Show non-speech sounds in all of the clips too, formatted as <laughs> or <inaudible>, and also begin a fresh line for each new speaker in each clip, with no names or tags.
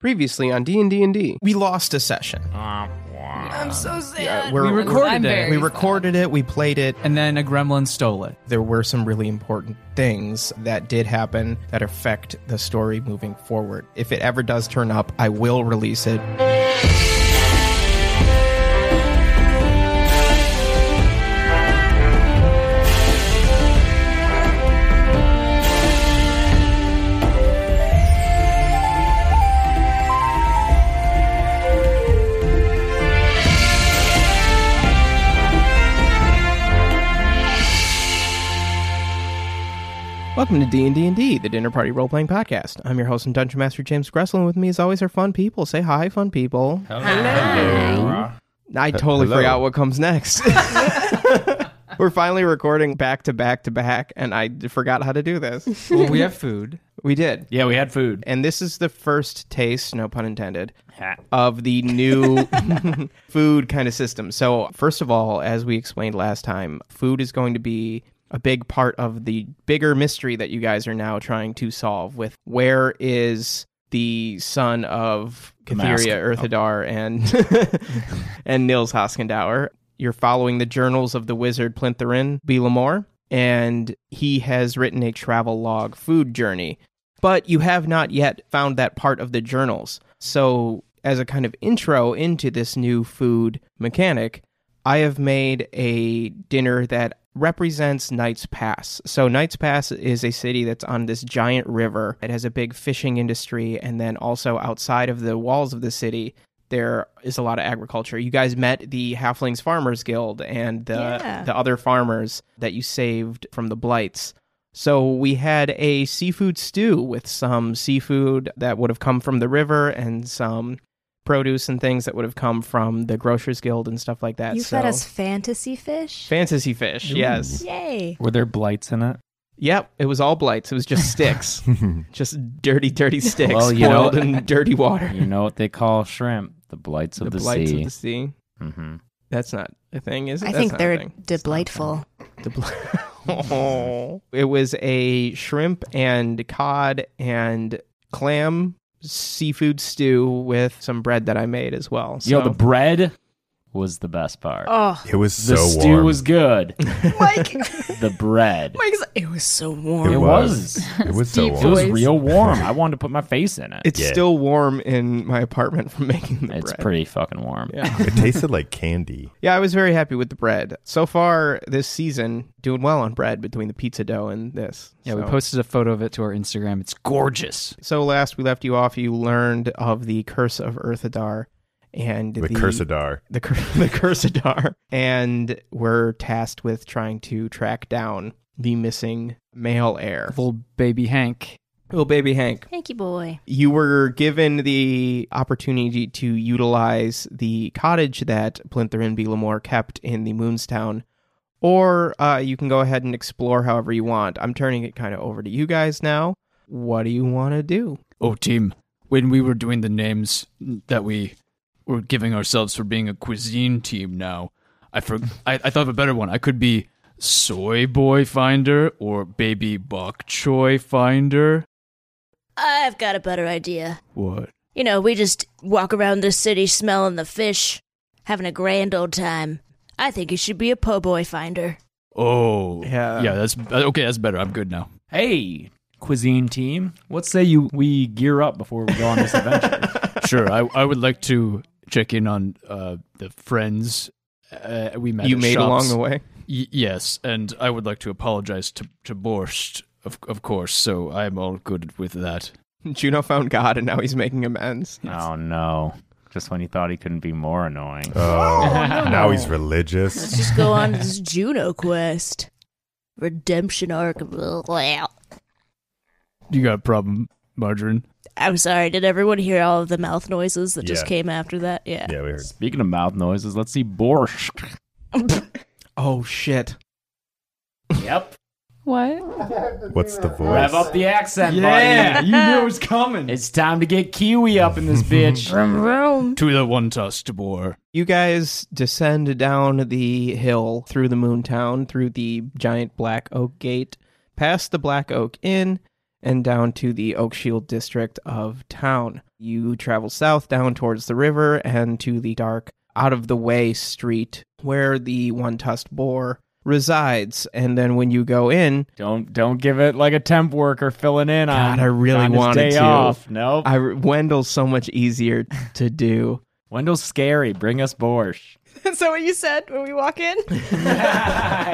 Previously on D and D and D,
We lost a session.
I'm so sad.
Um, We're-
We recorded it.
We recorded it, we played it.
and then a gremlin stole it.
There were some really important things that did happen that affect the story moving forward. If it ever does turn up, I will release it. Welcome to D and D and D, the dinner party role playing podcast. I'm your host and dungeon master James Gressel, and with me, as always, are fun people. Say hi, fun people. I totally forgot what comes next. <laughs> We're finally recording back to back to back, and I d- forgot how to do this.
Well, we have food.
We did.
Yeah, we had food.
And this is the first taste, no pun intended, of
<laughs>
the new <laughs> food kind of system. So, first of all, as we explained last time, food is going to be a big part of the bigger mystery that you guys are now trying to solve with where is the son of
mask.
Kathiria Earthadar and <laughs> and Nils Hoskendauer. You're following the journals of the wizard Plintherin B. Lamore, and he has written a travel log food journey but you have not yet found that part of the journals. So, as a kind of intro into this new food mechanic, I have made a dinner that represents Knight's Pass. So, Knight's Pass is a city that's on this giant river. It has a big fishing industry, and then also outside of the walls of the city, there is a lot of agriculture. You guys met the Halflings Farmers Guild and the, the other farmers that you saved from the blights. So we had a seafood stew with some seafood that would have come from the river and some produce and things that would have come from the grocers guild and stuff like that.
You
so
fed us fantasy fish?
fantasy fish, yes.
Yay.
Were there blights in it?
Yep, it was all blights. It was just
<laughs>
sticks. just dirty, dirty sticks
Well, you know-
boiled
<laughs>
in dirty water.
You know what they call shrimp? The blights of
the,
the,
blights
sea.
of the sea.
hmm
That's not a thing, is it?
I
That's
think
not a
they're
thing.
delightful.
The bl- Oh. <laughs> It was a shrimp and cod and clam seafood stew with some bread that I made as well. So <laughs>
Yo, the bread was the best part.
Oh,
It was
the
so
stew
warm.
<laughs>
was good.
Mike.
The
<laughs>
bread.
Mike's, it was so
It
warm.
it
was.
was. <laughs>
It was so
Deep
it
warm.
was
Voice. <laughs>
real warm. I wanted to put my face in it.
it's
Yeah.
still warm in my apartment from making the
it's
bread.
pretty fucking warm.
Yeah.
It tasted like candy.
<laughs> yeah, I was very happy with the bread. So far this season, doing well on bread between the pizza dough and this.
Yeah, we
So-
posted a photo of it to our Instagram. It's gorgeous.
So last we left you off, you learned of the curse of Earthadar and
The, Cursadar.
the cur- <laughs> the Cursadar, and were tasked with trying to track down the missing male heir,
Little baby Hank.
little baby Hank.
Thank you, boy.
You were given the opportunity to utilize the cottage that Plintherin B. Lamore kept in the Moonstown, or uh, you can go ahead and explore however you want. I'm turning it kind of over to you guys now. What do you want to do?
Oh, team. When we were doing the names that we were giving ourselves for being a cuisine team now,
<laughs>
I, for- I, I thought of a better one. I could be Soy Boy Finder or Baby Bok Choy Finder.
I've got a better idea.
What?
You know, we just walk around the city smelling the fish, having a grand old time. I think you should be a po' boy finder.
Oh.
Yeah.
Yeah, that's okay. That's better. I'm
<laughs>
good now.
Hey, cuisine team. What say you we gear up before we go on this adventure?
<laughs>
Sure, I, I would like to check in on uh, the friends uh, we met.
you
at
made
shops.
along the way.
Y- yes, and I would like to apologize to to Borscht, of of course. So I'm all good with that.
<laughs> Juno found God, and now he's making
<laughs>
amends.
oh no. Just when you thought he couldn't be more annoying.
Oh,
<laughs>
now he's religious.
Let's just go on
<laughs>
this Juno quest. Redemption arc. Blah.
You got a problem,
margarine.
I'm sorry. Did everyone hear all of the mouth noises that just
Yeah.
came after that? Yeah.
Yeah, we heard.
Speaking of mouth noises, let's see <laughs> borscht.
Oh <laughs> shit.
Yep.
What?
What's the voice?
Rev up the accent, buddy.
you
<laughs>
knew it was coming.
It's time to get Kiwi up
<laughs>
in this bitch.
Vroom, vroom.
To the one tusk to bore.
You guys descend down the hill through the moon town, through the giant black oak gate, past the black oak inn, and down to the Oak Shield district of town. You travel south down towards the river and to the dark, out of the way street where the one tusked boar resides. And then when you go in,
Don't don't give it like a temp worker filling in on.
God, I really
on his
wanted
day
to.
Off. Nope.
I, Wendell's so much easier to do.
<laughs> Wendell's scary. Bring us borscht.
<laughs> Is that what you said when we walk in?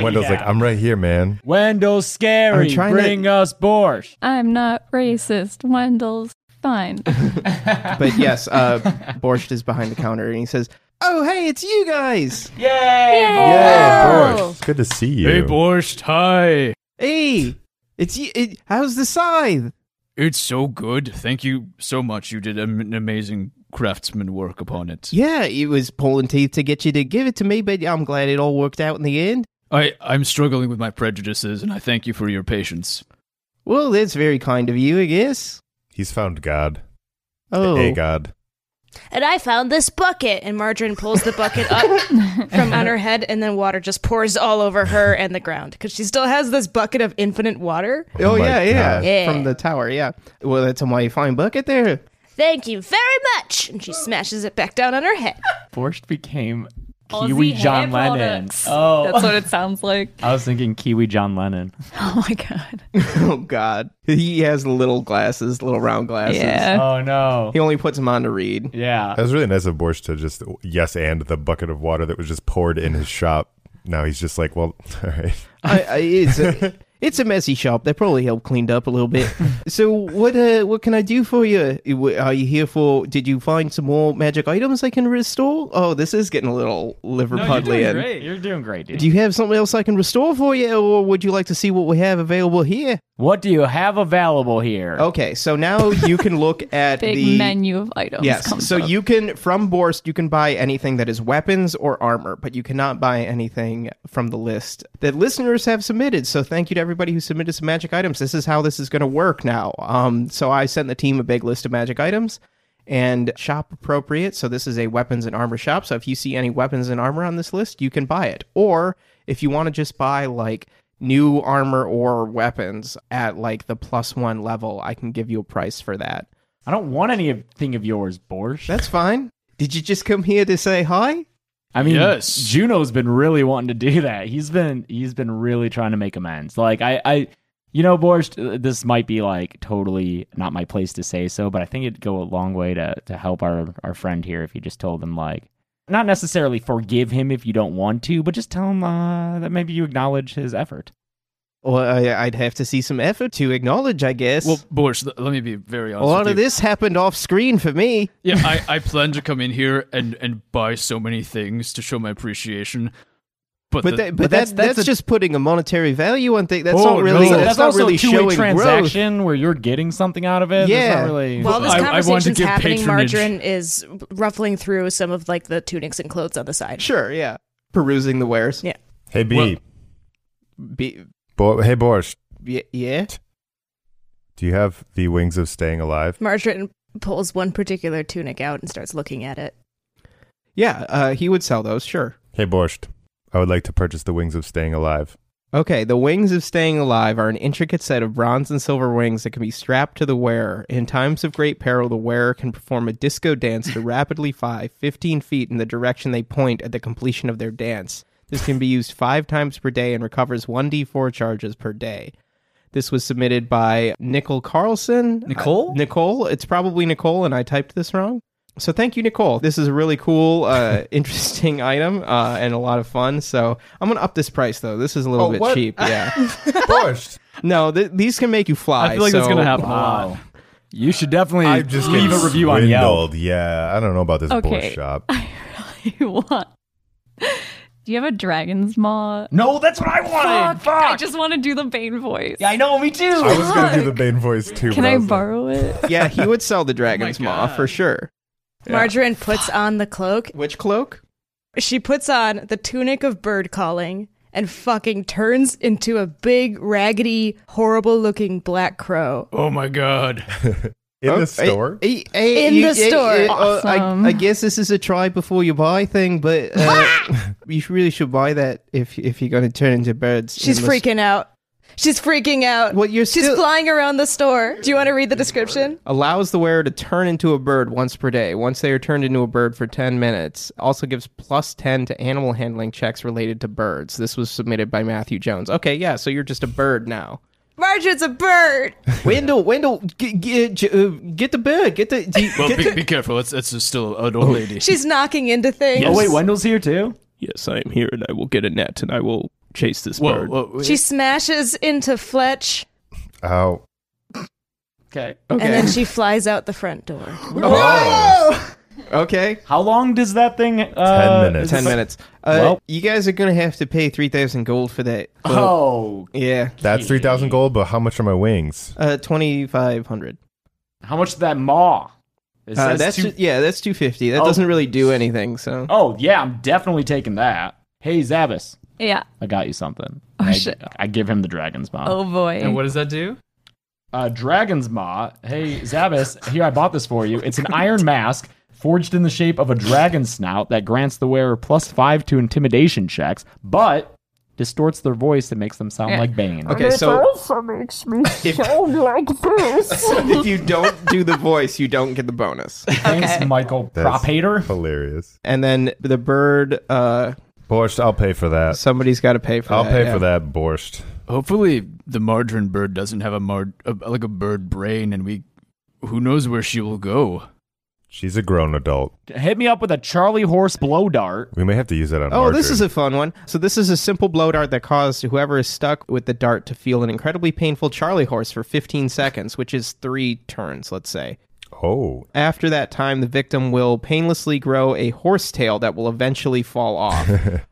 Wendell's like, I'm right here, man.
Wendell's scary.
I'm trying to-
Bring us borscht.
I'm not racist. Wendell's fine.
But yes,
<laughs>
uh, Borscht is behind the counter and he says, <laughs> Oh, hey, it's you guys.
Yeah,
Oh.
Borscht. It's good to see you.
Hey, Borscht, hi.
Hey, it's y- it, how's the scythe?
It's so good. Thank you so much. You did am- an amazing craftsman work upon it.
Yeah, it was pulling teeth to get you to give it to me, but I'm glad it all worked out in the end.
I, I'm struggling with my prejudices, and I thank you for your patience.
Well, that's very kind of you, I guess.
He's found God.
Oh,
Hey, God.
<laughs> And I found this bucket. And Margarine pulls the bucket up from on her head, and then water just pours all over her and the ground because she still has this bucket of infinite water.
oh,
my
yeah, yeah,
God.
Yeah.
from the tower, yeah. Well, that's a mighty fine bucket there.
Thank you very much. And she smashes it back down on her head.
Borscht became
Aussie
Kiwi
hair
John Lennon.
products.
Oh,
That's what it
<laughs>
sounds like.
<laughs> I was thinking Kiwi John Lennon.
Oh my god.
<laughs> Oh God, he has little glasses, little round glasses.
Yeah.
Oh no.
He only puts them on to read.
Yeah.
That was really nice of Borscht to just, yes, and the bucket of water that was just poured in his shop. Now he's just like, well, <laughs> all right.
I, I, it's,
<laughs>
a, it's a messy shop. That probably helped cleaned up a little bit. so what uh, what can I do for you? Are you here for? Did you find some more magic items I can restore? Oh, this is getting a little Liverpudlian.
You're doing great, dude.
do you have something else I can restore for you, or would you like to see what we have available here?
what do you have available here?
Okay, so now you can
<laughs>
look at
Big
the
menu of items.
Yes,
comes
so
up.
you can from Borst you can buy anything that is weapons or armor, but you cannot buy anything from the list that listeners have submitted. So thank you to everybody who submitted some magic items. This is how this is going to work now. Um, so I sent the team a big list of magic items and shop appropriate. So this is a weapons and armor shop. So if you see any weapons and armor on this list, you can buy it. Or if you want to just buy like new armor or weapons at like the plus one level, I can give you a price for that.
I don't want anything of yours, Borscht.
That's fine. Did you just come here to say hi?
I mean,
Yes.
Juno's been really wanting to do that. He's been he's been really trying to make amends. Like I, I you know, Borscht, uh, this might be like totally not my place to say so, but I think it'd go a long way to to help our our friend here if you just told him like not necessarily forgive him if you don't want to, but just tell him uh, that maybe you acknowledge his effort.
Well, I, I'd have to see some effort to acknowledge, I guess.
Well, Borscht, l- let me be very
a
honest.
lot
with
of
you.
this happened off screen for me.
Yeah, I, I plan to come in here and, and buy so many things to show my appreciation. But,
But,
the-
that, but, that's, that's,
that's a-
just putting a monetary value on things. That's
Oh,
not really,
no.
that's
that's
not
also
really
a
showing
two-way
growth.
transaction where you're getting something out of it. That's
Yeah.
not really.
While this
I- I want to
conversation's
give
happening,
patronage.
Margarine is ruffling through some of like the tunics and clothes on the side.
Sure, yeah. Perusing the wares.
Yeah.
Hey, B.
Well-
Be,
Bo- hey, Borscht.
yeah, yeah.
Do you have the wings of staying alive?
Margarine pulls one particular tunic out and starts looking at it.
Yeah, uh, he would sell those, sure.
Hey, Borscht. I would like to purchase the wings of staying alive.
Okay, the wings of staying alive are an intricate set of bronze and silver wings that can be strapped to the wearer. In times of great peril, the wearer can perform a disco dance to rapidly fly 15 feet in the direction they point at the completion of their dance. This can be used five times per day and recovers 1d4 charges per day. This was submitted by Nicole Carlson.
Nicole?
Uh, Nicole. It's probably Nicole, and I typed this wrong. So thank you, Nicole. This is a really cool, uh, <laughs> interesting item uh, and a lot of fun. So I'm gonna up this price though. This is a little
Oh,
bit
what?
<laughs>
cheap. Yeah.
Borscht.
<laughs> no, th- these can make you fly.
I feel like that's
so-
going to happen a lot.
Wow. You should definitely
I'm just
leave
getting
a review on Yelp.
swindled. Yeah, I don't know about this
Okay.
Borscht shop.
I really want Do you have a dragon's maw?
No, that's what I wanted. Fuck.
I just want to do the Bane voice.
I know, me too.
I was gonna do the Bane voice too.
Can
but
I
was like,
borrow
<laughs>
it?
Yeah, he would sell the dragon's maw
Oh God.
for sure.
Margarine puts on the cloak.
Which cloak?
She puts on the tunic of bird calling and fucking turns into a big, raggedy, horrible looking black crow.
Oh my god.
<laughs> in
Oh,
the store?
eh, eh, eh,
In the
eh, eh,
store.
eh, uh,
Awesome.
I, I guess this is a try before you buy thing, but
<laughs>
uh, <laughs> you sh- really should buy that if if you're going to turn into birds.
She's
in the s-
freaking out. She's freaking out.
Well, you're
She's
still-
flying around the store. Do you want to read the description?
Allows the wearer to turn into a bird once per day. Once they are turned into a bird for 10 minutes. Also gives plus 10 to animal handling checks related to birds. This was submitted by Matthew Jones. Okay, yeah, so you're just a bird now.
Margarine's a bird.
Wendell, Wendell, g- g- j- uh, get the bird. Get the. Do you-
Well,
get
be,
the-
be careful. It's, it's still an old
<laughs>
lady.
She's knocking into things.
Oh wait, Wendell's here too.
Yes, I am here, and I will get a net, and I will chase this
Whoa,
bird.
whoa,
uh,
wait.
She smashes into Fletch
Oh,
Okay.
okay.
and then she flies out the front door.
<gasps> okay.
How long does that thing? Uh,
minutes.
is it-
Ten minutes. Uh,
Well-
you guys are gonna have to pay three thousand gold for that. Well,
Oh,
yeah,
that's three thousand gold. But how much are my wings?
uh, twenty five hundred.
how much is that maw? It
Uh,
says
that's
two-
ju- yeah, that's two fifty. That
Oh.
doesn't really do anything. So
oh yeah, I'm definitely taking that. Hey Zabas,
<gasps> Yeah.
I got you something.
Oh,
I,
shit.
I give him the dragon's maw.
Oh boy.
And what does that do?
uh, dragon's maw. Hey, Zabas, here I bought this for you.
<laughs>
It's an iron mask forged in the shape of a dragon snout that grants the wearer plus five to intimidation checks, but distorts their voice and makes them sound
Yeah.
like Bane.
okay, so also <laughs> makes me sound like this. <laughs> if you don't do the voice, you don't get the
<laughs>
bonus.
Thanks, Michael
That's-
Propator.
Hilarious.
And then the bird, uh,
Borscht, I'll pay for that.
somebody's got to pay for.
I'll
that,
pay
yeah.
for that borscht.
Hopefully, the margarine bird doesn't have a mar a, like a bird brain, and we who knows where she will go.
She's a grown adult.
Hit me up with a Charlie horse blow dart.
We may have to use that on.
Oh, this
Marjorie.
is a fun one. So this is a simple blow dart that caused whoever is stuck with the dart to feel an incredibly painful Charlie horse for 15 seconds, which is three turns, let's say.
oh,
After that time, the victim will painlessly grow a horse tail that will eventually
<laughs>
fall off.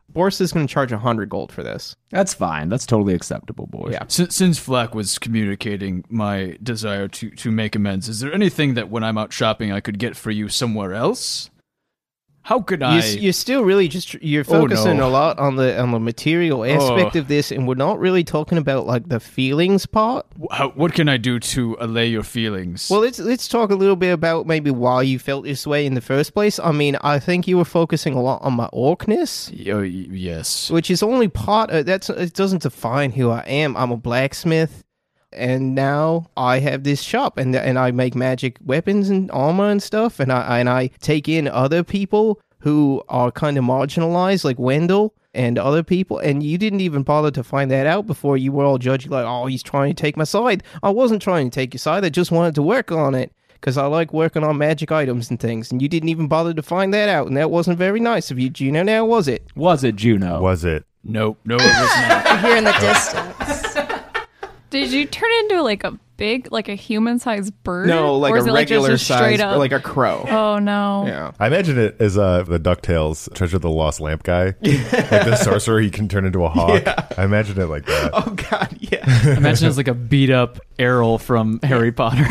Boris is going to charge 100 gold for this.
That's fine. That's totally acceptable, boys.
Yeah.
S- since Flack was communicating my desire to to make amends, is there anything that when I'm out shopping I could get for you somewhere else? How could I?
You, you're still really just you're
Oh,
focusing
no.
a lot on the on the material aspect
Oh.
of this, and we're not really talking about like the feelings part.
wh- how, what can I do to allay your feelings?
Well, let's let's talk a little bit about maybe why you felt this way in the first place. I mean, I think you were focusing a lot on my orcness,
Y- oh, y- <laughs> yes.
which is only part of that's it doesn't define who I am. I'm a blacksmith and now I have this shop and and I make magic weapons and armor and stuff and I and I take in other people who are kind of marginalized like Wendell and other people and you didn't even bother to find that out before you were all judging like oh he's trying to take my side. I wasn't trying to take your side. I just wanted to work on it cuz I like working on magic items and things and you didn't even bother to find that out and that wasn't very nice of you Gino now was it?
Was it Juno?
was it?
No, no, it was not.
<laughs> You hear in the distance.
<laughs>
<laughs>
Did you turn into like a big, like a human-sized bird?
No, like
or
a
is it like
regular
just a
size,
straight up?
like a crow.
oh no.
Yeah.
I imagine it as uh, the Ducktales Treasure of the Lost Lamp
<laughs>
guy, like the sorcerer. He can turn into a hawk. I imagine it like that.
Oh God, yeah.
Imagine it's like a beat up Errol from
<laughs>
Harry Potter.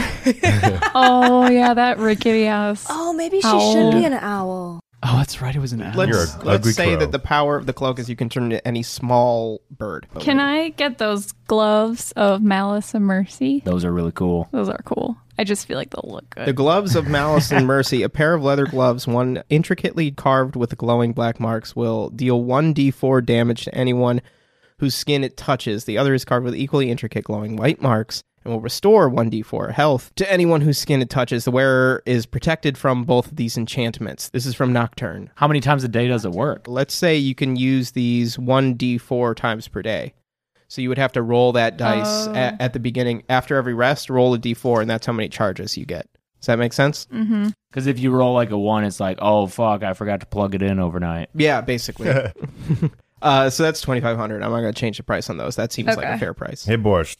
Oh yeah, that rickety ass.
<laughs> Oh, maybe she
Owl.
should be an owl.
Oh, that's right. It was an owl.
You're a
Let's, let's
ugly
say
crow.
that the power of the cloak is you can turn into any small bird. Oh.
Can I get those gloves of malice and mercy?
Those are really cool.
Those are cool. I just feel like they'll look good.
The gloves of malice and mercy, a pair of leather gloves, one intricately carved with glowing black marks, will deal one d4 damage to anyone whose skin it touches. The other is carved with equally intricate glowing white marks and will restore 1d4 health to anyone whose skin it touches. The wearer is protected from both of these enchantments. This is from Nocturne.
How many times a day does it work?
let's say you can use these 1d4 times per day. So you would have to roll that dice
Oh,
a- at, the beginning. After every rest, roll a d4, and that's how many charges you get. Does that make sense?
Because if you roll like a one, it's like, oh fuck, I forgot to plug it in overnight.
<laughs>
Yeah, basically. <laughs> uh, so that's 2500 I'm not going to change the price on those. That seems like a
Okay.
fair price.
Hey, Borscht.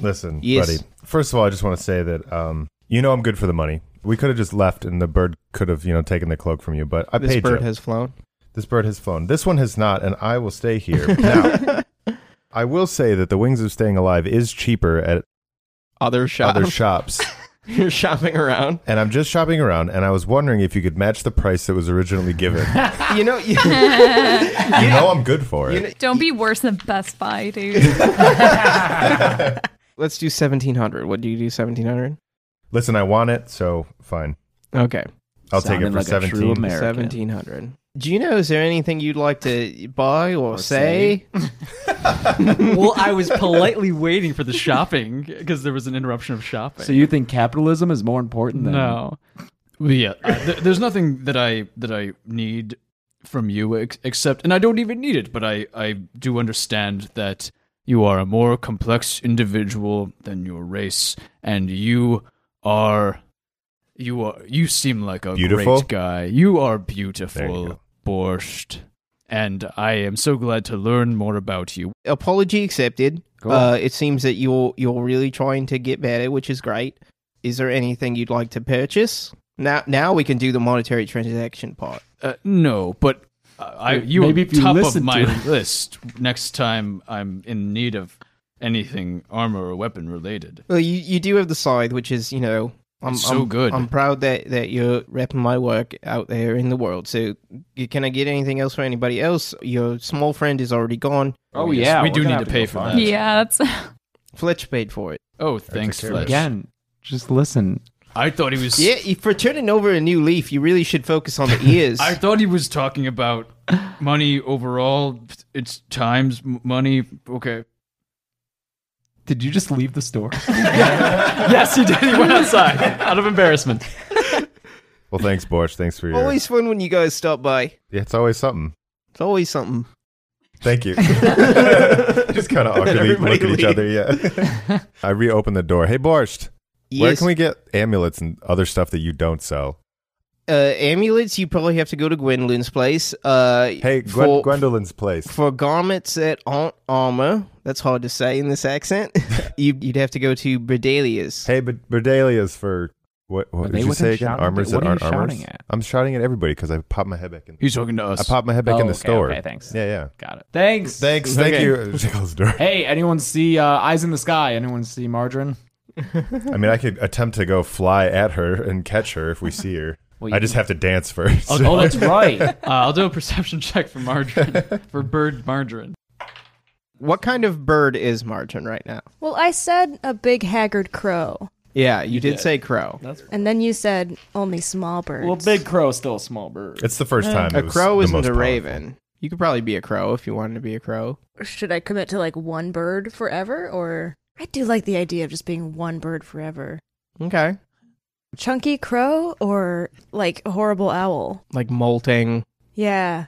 Listen,
Yes.
buddy. First of all, I just want to say that um, you know I'm good for the money. We could have just left, and the bird could have you know taken the cloak from you, but I
This
paid
bird
you.
has flown.
This bird has flown. This one has not, and I will stay here.
<laughs>
Now, I will say that the Wings of Staying Alive is cheaper at
Other shop.
other shops.
<laughs> You're shopping around.
And I'm just shopping around, and I was wondering if you could match the price that was originally
<laughs>
given.
You know,
<laughs>
you,
you know I'm good for
you
it.
know
Don't be worse than Best
<laughs>
<laughs>
Buy, dude.
let's do 1700. What do you do 1700?
Listen, I want it, so fine.
Okay.
I'll take it
Sounded
for
like a true
17.
American.
1700. Gino, is there anything you'd like to buy or, say?
<laughs>
<laughs>
well, I was politely waiting for the shopping because there was an interruption of shopping.
So you think capitalism is more important than
no. Well, yeah, uh, th- there's nothing that I that I need from you ex- except, and I don't even need it, but I I do understand that you are a more complex individual than your race, and you are you are you seem like a
Beautiful?
great guy. You are
There
beautiful,
you go.
Borscht, and I am so glad to learn more about you.
Apology <laughs>
<laughs>
accepted. Uh, it seems that you're you're really trying to get better, which is great. Is there anything you'd like to purchase? Now now we can do the monetary transaction part.
Uh, no, but uh, I,
Wait,
you
maybe
are
if you
top
listen
of
to
my <laughs>
it.
list. Next time I'm in need of anything armor or weapon related.
Well, you, you do have the scythe, which is you know I'm
So
I'm-
good.
I'm proud that that you're repping my work out there in the world. So you, can I get anything else for anybody else? Your small friend is already gone.
Oh,
yes,
yeah.
we
we're
do
gonna
need
have
to
to
pay
go
for
find
that.
it.
yeah,
Oh,
that's
Fletch paid for it.
Oh, thanks,
care of
Fletch.
it.
Again, just listen.
I thought he was.
Yeah, you- for turning over a new leaf, you really should focus on the ears.
<laughs> I thought he was talking about money overall. It's times m- money. Okay.
Did you just leave the <laughs> store?
<laughs> Yes, he did. He went outside out of embarrassment.
<laughs> Well, thanks, Borsch. Thanks for your.
always fun when you guys stop by.
Yeah, it's always something.
It's always something.
Thank
<laughs>
you. Just kind of awkwardly
everybody
look at each other. Yeah. I reopen the door. Hey, Borscht, where
Yes,
can we get amulets and other stuff that you don't sell?
uh, amulets. You probably have to go to Gwendolyn's place. Uh,
Hey, Gwen-
for,
Gwendolyn's place.
for garments that aren't armor, that's hard to say in this accent.
<laughs>
you, you'd have to go to Bredelia's.
Hey, but Berdelia's for what? What
But
did
they
you
wasn't
say again?
shouting-
Armors
what
that
are you
aren't armors.
shouting at?
I'm shouting at everybody because I popped my head back in.
He's talking to
I
us.
popped my head back
Oh,
in the
okay,
store.
okay, thanks.
Yeah, yeah.
Got it. Thanks.
Thanks. Thank
Okay.
you. She closed the door.
<laughs> Hey, anyone see uh, Eyes in the Sky? Anyone see
<laughs>
Margarine?
I mean, I could attempt to go fly at her and catch her if we see her.
Well,
I
you-
just have to dance first. <laughs>
Oh, that's right.
Uh, I'll do a perception check for margarine for bird margarine.
What kind of bird is Margin right now?
Well, I said a big haggard crow,
Yeah, you, did,
did.
say crow.
and then you said only small birds.
well, Big Crow still a small bird.
it's the
Eh.
first time.
Eh. A
it was
crow
the
isn't
most
a
powerful.
raven. You could probably be a crow if you wanted to be a crow.
Should I commit to like one bird forever, or I do like the idea of just being one bird forever.
Okay.
Chunky crow or like horrible owl.
Like molting.
Yeah,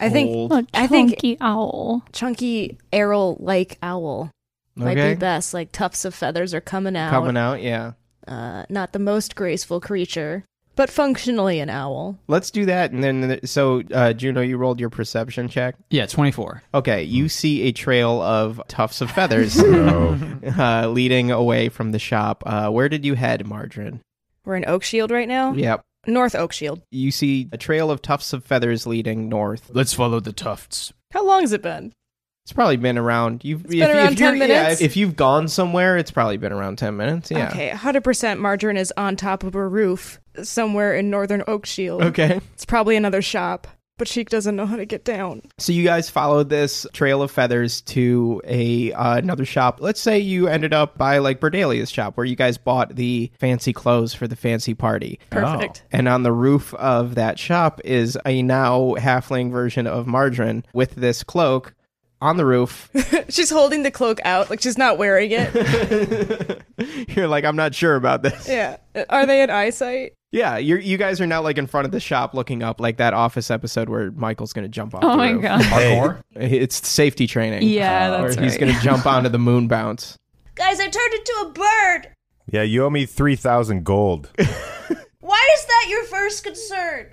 I think
old.
a
I think-
chunky owl.
chunky arrow like owl might
Okay.
be best. Like tufts of feathers are coming out.
Coming out, yeah.
Uh, not the most graceful creature, but functionally an owl.
Let's do that. And then, so, uh, Juno, you rolled your perception check.
Yeah, twenty four.
Okay, you see a trail of tufts of
<laughs>
feathers
Oh,
<laughs> uh, leading away from the shop. Uh, where did you head, Margarine?
We're in Oak Shield right now.
Yep.
North Oak Shield.
You see a trail of tufts of feathers leading north.
Let's follow the tufts.
How long's it been?
It's probably been around. You've
It's been around 10
you're- yeah,
minutes?
if you've gone somewhere, it's probably been around ten minutes. Yeah.
Okay, 100% margarine is on top of a roof somewhere in northern Oak Shield.
Okay.
It's probably another shop, but she doesn't know how to get down. <laughs>
So you guys followed this trail of feathers to a uh, another shop. Let's say you ended up by like Berdelia's shop where you guys bought the fancy clothes for the fancy party.
Perfect.
And on the roof of that shop is a now halfling version of Margarine with this cloak on the roof. <laughs>
She's holding the cloak out, like she's not wearing it.
you're like, I'm not sure about this. <laughs>
yeah. Are they in eyesight?
Yeah, you're, you guys are now like in front of the shop looking up, like that office episode where Michael's going to jump off.
Oh
the
my
roof.
god.
Parkour?
<laughs> It's safety training.
Yeah,
or
that's
he's
right.
going to jump onto the moon bounce.
Guys, I turned into a bird.
yeah. You owe me three thousand gold
Why is that your
<laughs>
first concern?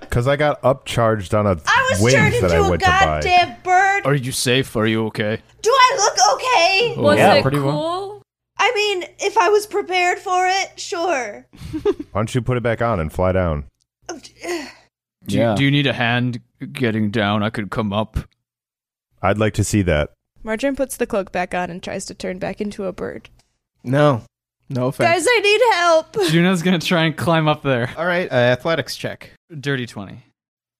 because I got upcharged on a
I was
wing
turned
that
into
I
a
went to buy.
goddamn bird.
Are you safe? Are you okay?
Do I look okay?
Was
Yeah,
it
pretty
cool?
well.
I mean, if I was prepared for it, sure.
Why don't you put it back on and fly down?
Do, you, do you need a hand getting down? I could come up.
I'd like to see that.
Marjorie puts the cloak back on and tries to turn back into a bird.
No, no offense.
Guys, I need help.
<laughs>
<laughs>
Juno's gonna try and climb up there.
All right, uh, athletics check.
Dirty twenty.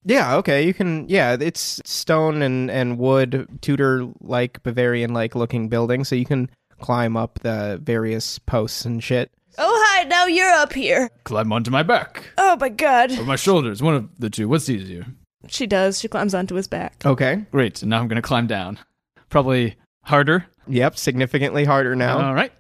Yeah, okay, you can. Yeah, it's stone and and wood, Tudor like Bavarian like looking building, so you can climb up the various posts and shit.
Oh, hi. Now you're up here.
Climb onto my back
Oh, my God.
or my shoulders. One of the two. What's easier?
She does. She climbs onto his back.
Okay.
Great. Now I'm gonna climb down. Probably harder.
Yep, significantly harder now.
All right.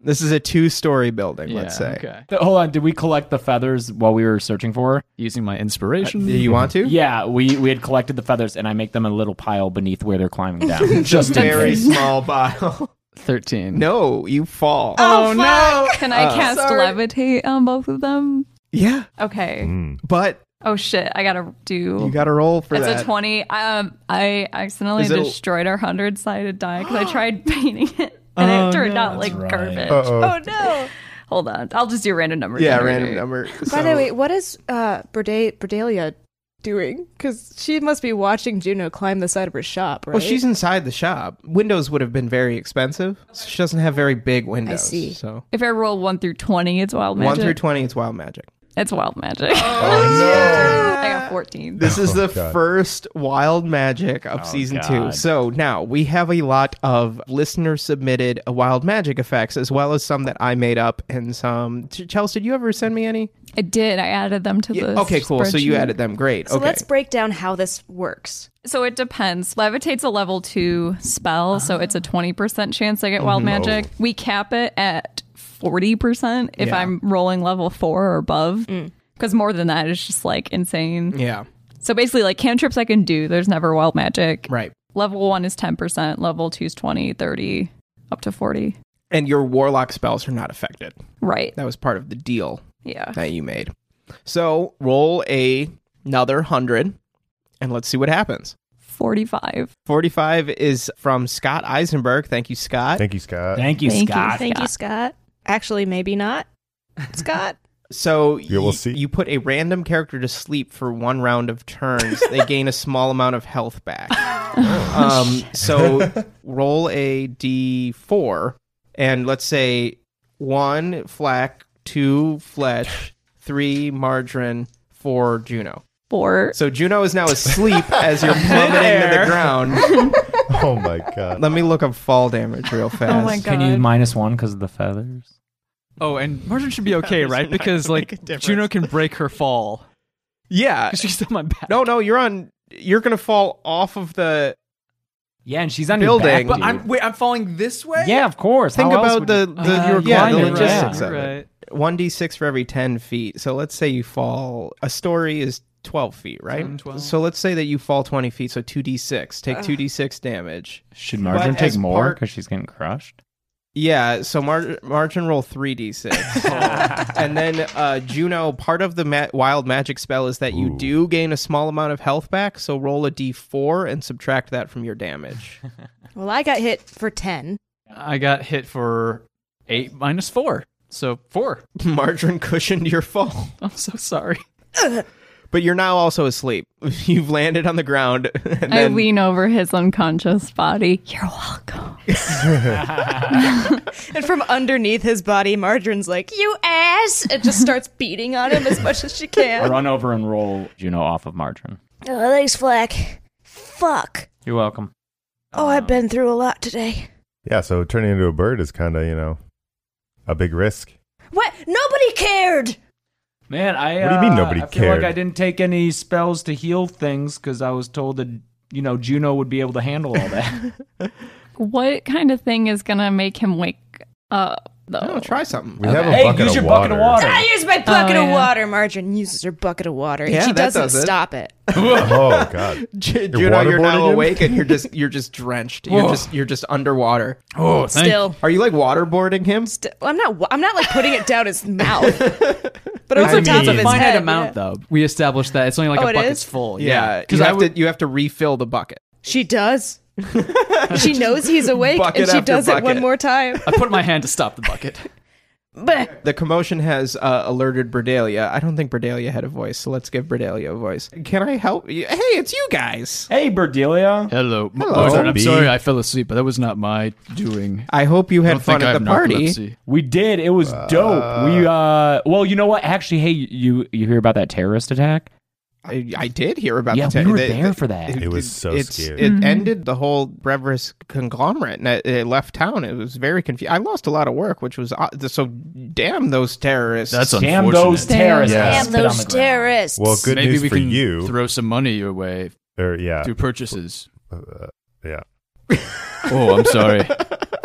This is a two-story building, let's
Yeah,
say.
Okay.
Th- Hold on, did we collect the feathers while we were searching for her?
Using my
Do
inspiration.
Uh,
you want to?
Yeah, we, we had collected the feathers, and I make them a little pile beneath where they're climbing <laughs> down.
<laughs> Just very small pile. <laughs>
Thirteen.
no, you fall.
Oh, no! Can I
<laughs>
cast
Uh, sorry.
levitate on both of them?
Yeah,
Okay.
Mm.
but
Oh shit! I gotta do.
you got to roll for
That's
that.
a twenty. Um, I accidentally
Is it a-
destroyed our hundred sided die
<gasps>
because I tried painting it and
Oh,
it turned out like garbage.
Uh-oh.
Oh, no.
Hold on, I'll just do random numbers.
Yeah,
generator.
random number.
By
So-
the way, what is uh, Berde- Berdelia doing? Because she must be watching Juno climb the side of her shop, right?
Well, she's inside the shop. Windows would have been very expensive. She doesn't have very big windows.
see.
So
If I roll one through twenty, it's wild magic.
one through Oh, twenty, it's wild magic.
It's wild magic. <laughs> I got fourteen.
This is
Oh,
the
God. Oh,
first wild magic of season two.
God.
So now we have a lot of listener submitted wild magic effects, as well as some that I made up and some. Ch- Chelsea, did you ever send me any?
I did. I added them to
Yeah,
the.
Okay, cool. So you
spreadsheet.
added them. Great.
so
okay.
let's break down how this works.
So it depends. Levitate's a level two spell, so it's a twenty percent chance I get wild
Mm-hmm.
magic. We cap it at forty percent if
Yeah.
I'm rolling level four or above,
Mm.
because more than that is just like insane.
yeah.
So basically, like cantrips I can do. There's never wild magic.
Right.
Level one is ten percent. Level two is 20, 30, up to forty.
And your warlock spells are not affected.
Right.
That was part of the deal
Yeah.
that you made. So roll a another hundred, and let's see what happens.
Forty-five.
45 is from Scott Eisenberg. Thank you, Scott.
Thank you, Scott.
Thank you,
Thank you.
Scott.
Thank you, Scott. Actually, maybe
<laughs>
not. Scott.
so
Yeah, we'll
y-
see.
you put a random character to sleep for one round of turns. they gain a small amount of health back. um, so roll a d4 and let's say one Flack, two Fletch, three Margarine, four Juno.
Four.
So Juno is now asleep as you're plummeting to the ground.
Oh
<laughs>
my god.
Let me look up fall damage real fast.
Oh my
Can you
God.
minus one because of the feathers?
Oh, and
<laughs>
Margin should be okay, right? Because like Juno can break her fall.
Yeah.
She's on my back.
No, no, you're on. You're gonna fall off of the.
Yeah, and she's on
your back,
your
Building.
back,
dude.
wait, I'm falling this way.
Yeah, of course.
Think
How else
about
would
the
you-
the,
Ah,
your,
you're
yeah, the
climbing,
logistics
yeah.
of it.
Right.
One d six for every ten feet. So let's say you fall. A story is twelve feet, right?
10, 12.
So let's say that you fall twenty feet. So two d six. Take two d six damage.
Should
But
Marjorie
as
take more
part-
because she's getting crushed?
Yeah. So Mar- margin roll three d
<laughs>
six, and then uh, Juno. Part of the ma- wild magic spell is that you
Ooh.
do gain a small amount of health back. So roll a d four and subtract that from your
<laughs>
damage.
Well, I got hit for 10.
I got hit for eight minus four, so
<laughs>
four.
Margarine cushioned your fall.
<laughs> I'm so sorry.
But you're now also asleep. <laughs> You've landed on the ground. And
I
then, <laughs>
lean over his unconscious body. You're welcome.
<laughs> And from underneath his body, Margarine's like, You ass! And just starts beating on him as much as she
I
can. <laughs>
run over and roll Juno off of Marjorie.
Oh, thanks, Flack. Fuck.
You're welcome.
Oh, I've been through a lot today.
Yeah, so turning into a bird is kind of, you know, a big risk.
What? Nobody
<laughs>
cared.
Man, I.
What do you mean
uh,
nobody
I feel
cared?
like I didn't take any spells to heal things because I was told that you know Juno would be able to handle all that.
What kind of thing is gonna make him wake up though?
Oh, try something.
We have a
hey,
bucket,
use
of,
your
water.
bucket of water.
I use my bucket
Oh,
of
yeah.
water. Margarine uses her bucket of water.
Yeah,
and she
that
doesn't
does it.
stop it.
<laughs> oh god.
J- Juno, you're
waterboarding
now
him?
awake and you're just you're just drenched.
<laughs>
You're just you're just underwater.
Oh, thank
Still.
Are you like waterboarding him?
St- I'm not. wa- I'm not like putting it down
<laughs>
his mouth, but over
mean-
top
It's
of
a
his
finite
head.
amount, <laughs> though. We established that it's only like
Oh,
a
it
bucket's
is?
full.
Yeah,
because
you
I
have
would.
to you have to refill the bucket.
She
<laughs>
does. she knows he's awake,
Bucket
and she
after
does it
bucket.
one more time.
I put my hand to stop the bucket.
Bleh.
<laughs> The commotion has uh, alerted Berdalia. I don't think Berdalia had a voice, so let's give Berdalia a voice. Can I help you? Hey, it's you guys.
Hey, Berdelia.
Hello, M-
Hello.
Marjorie, I'm
Bee.
sorry I fell asleep, but that was not my doing.
<laughs> I hope you
I
had
don't think
fun
I
at
have
the party.
narcolepsy.
We did. It was dope. We uh well, you know what? Actually, hey, you you hear about that terrorist attack?
I, I did hear about
Yeah,
the
we
ta-
were
the-
there
the-
for that.
It was so scary.
Mm-hmm.
It ended the whole Brevis conglomerate, and it, it left town. It was very confusing. I lost a lot of work, which was uh, so. Damn those terrorists!
That's a-
Damn those
Unfortunate.
terrorists.
Yeah.
I
Damn
spit on
those
the ground.
terrorists.
Well, good
Maybe
news
we
for
can
you.
throw some money your way
or yeah,
through purchases.
uh, yeah.
<laughs> oh,
<laughs>
I'm sorry.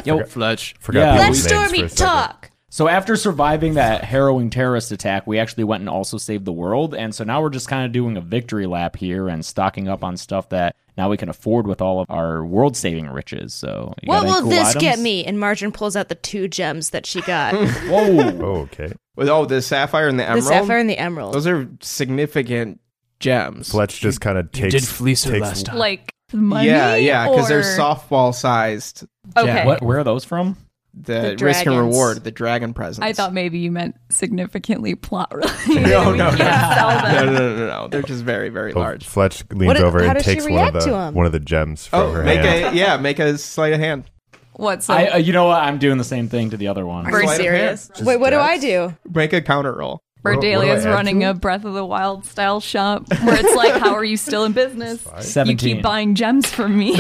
Yo.
Fletch.
Forgot
Yeah.
people's
Let
names for a
Stormy
second.
talk.
So after surviving that harrowing terrorist attack, we actually went and also saved the world, and so now we're just kind of doing a victory lap here and stocking up on stuff that now we can afford with all of our world-saving riches. So you
What
got any
will
cool
this get
items?
me? And Margin pulls out the two gems that she
<laughs>
got
Whoa!
<laughs> Oh, okay.
With oh, the sapphire and the
the
emerald.
sapphire and the emerald.
Those are significant gems.
Fletch just kind of takes.
did fleece her
takes-
last time.
Like money.
yeah, yeah, because they're
or-
softball sized.
Okay.
What? Where are those from?
The,
The
risk and
dragons.
reward, the dragon presence.
I thought maybe you meant significantly plot
<laughs>
related.
No,
we
no,
can't
no.
sell
No, no,
them.
no, no, no. They're just very, very
Oh,
large.
Fletch leans
What-
over
how
and
does she
takes one of
react to
the
'em?
one of the gems from
Oh,
her
make
hand.
a yeah, make a sleight of hand.
What's
I,
up?
uh, you know what? I'm doing the same thing to the other one.
We're
Sleight of hand.
serious.
Just
Wait, what do I
depth.
do?
Make a counter roll.
what- what do I
Berdalia's
add to
running
it?
a Breath of the Wild style shop where it's like, how are you still in business? You
Seventeen.
keep buying gems
<laughs>
from me.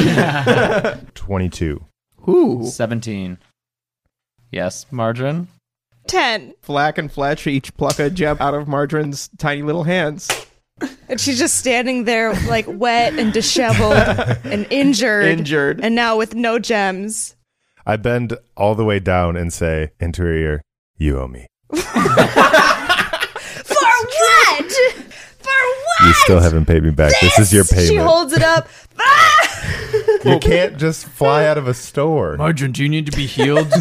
Twenty-two.
Who?
Seventeen. Yes, margin.
Ten.
Flack and Fletch each pluck a gem out of Margarine's tiny little hands.
And she's just standing there, like wet and
<laughs>
disheveled and injured,
Injured.
and now with no
<laughs>
gems.
I bend all the way down and say into her ear, "You owe me.
For what? For what?
You still haven't paid me back. This, is your payment.
She holds it
<laughs>
up. Ah!
you can't just fly out of a store."
<laughs> Marjorie, do you need to be
<laughs>
healed?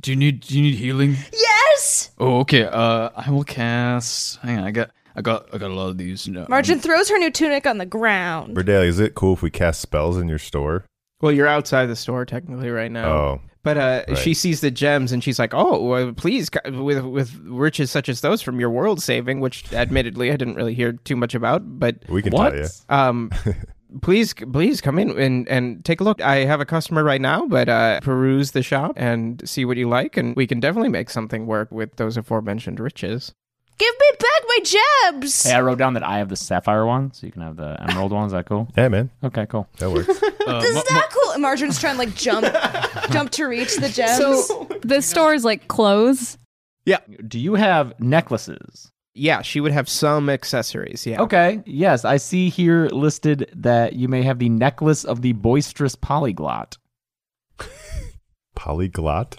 do you need do you need healing?
Yes.
Oh, okay. Uh, I will cast. Hang on, I got, I got, I got a lot of these. No,
Margin throws her new tunic on the ground.
Verdalia, is it cool if we cast spells in your store?
Well, you're outside the store technically right now.
Oh,
But uh,
Right.
she sees the gems and she's like, "Oh, well, please, c- with with riches such as those from your world saving, which admittedly I didn't really hear too much about, but
we can
What?
tell you. <laughs>
um, please, please come in and and take a look. I have a customer right now, but uh, peruse the shop and see what you like, and we can definitely make something work with those aforementioned riches.
Give me back my gems.
Hey, I wrote down that I have the sapphire one, so you can have the emerald one. Is that cool?
Yeah, man,
Okay, cool.
that
<laughs>
works.
<laughs>
Uh,
This
Ma-
is not cool. And Margarine's trying to like
<laughs>
jump, jump to reach the gems.
so the store is like clothes.
Do you have necklaces?
Yeah, she would have some accessories. Yeah.
Okay. Yes, I see here listed that you may have the necklace of the boisterous polyglot.
<laughs> Polyglot.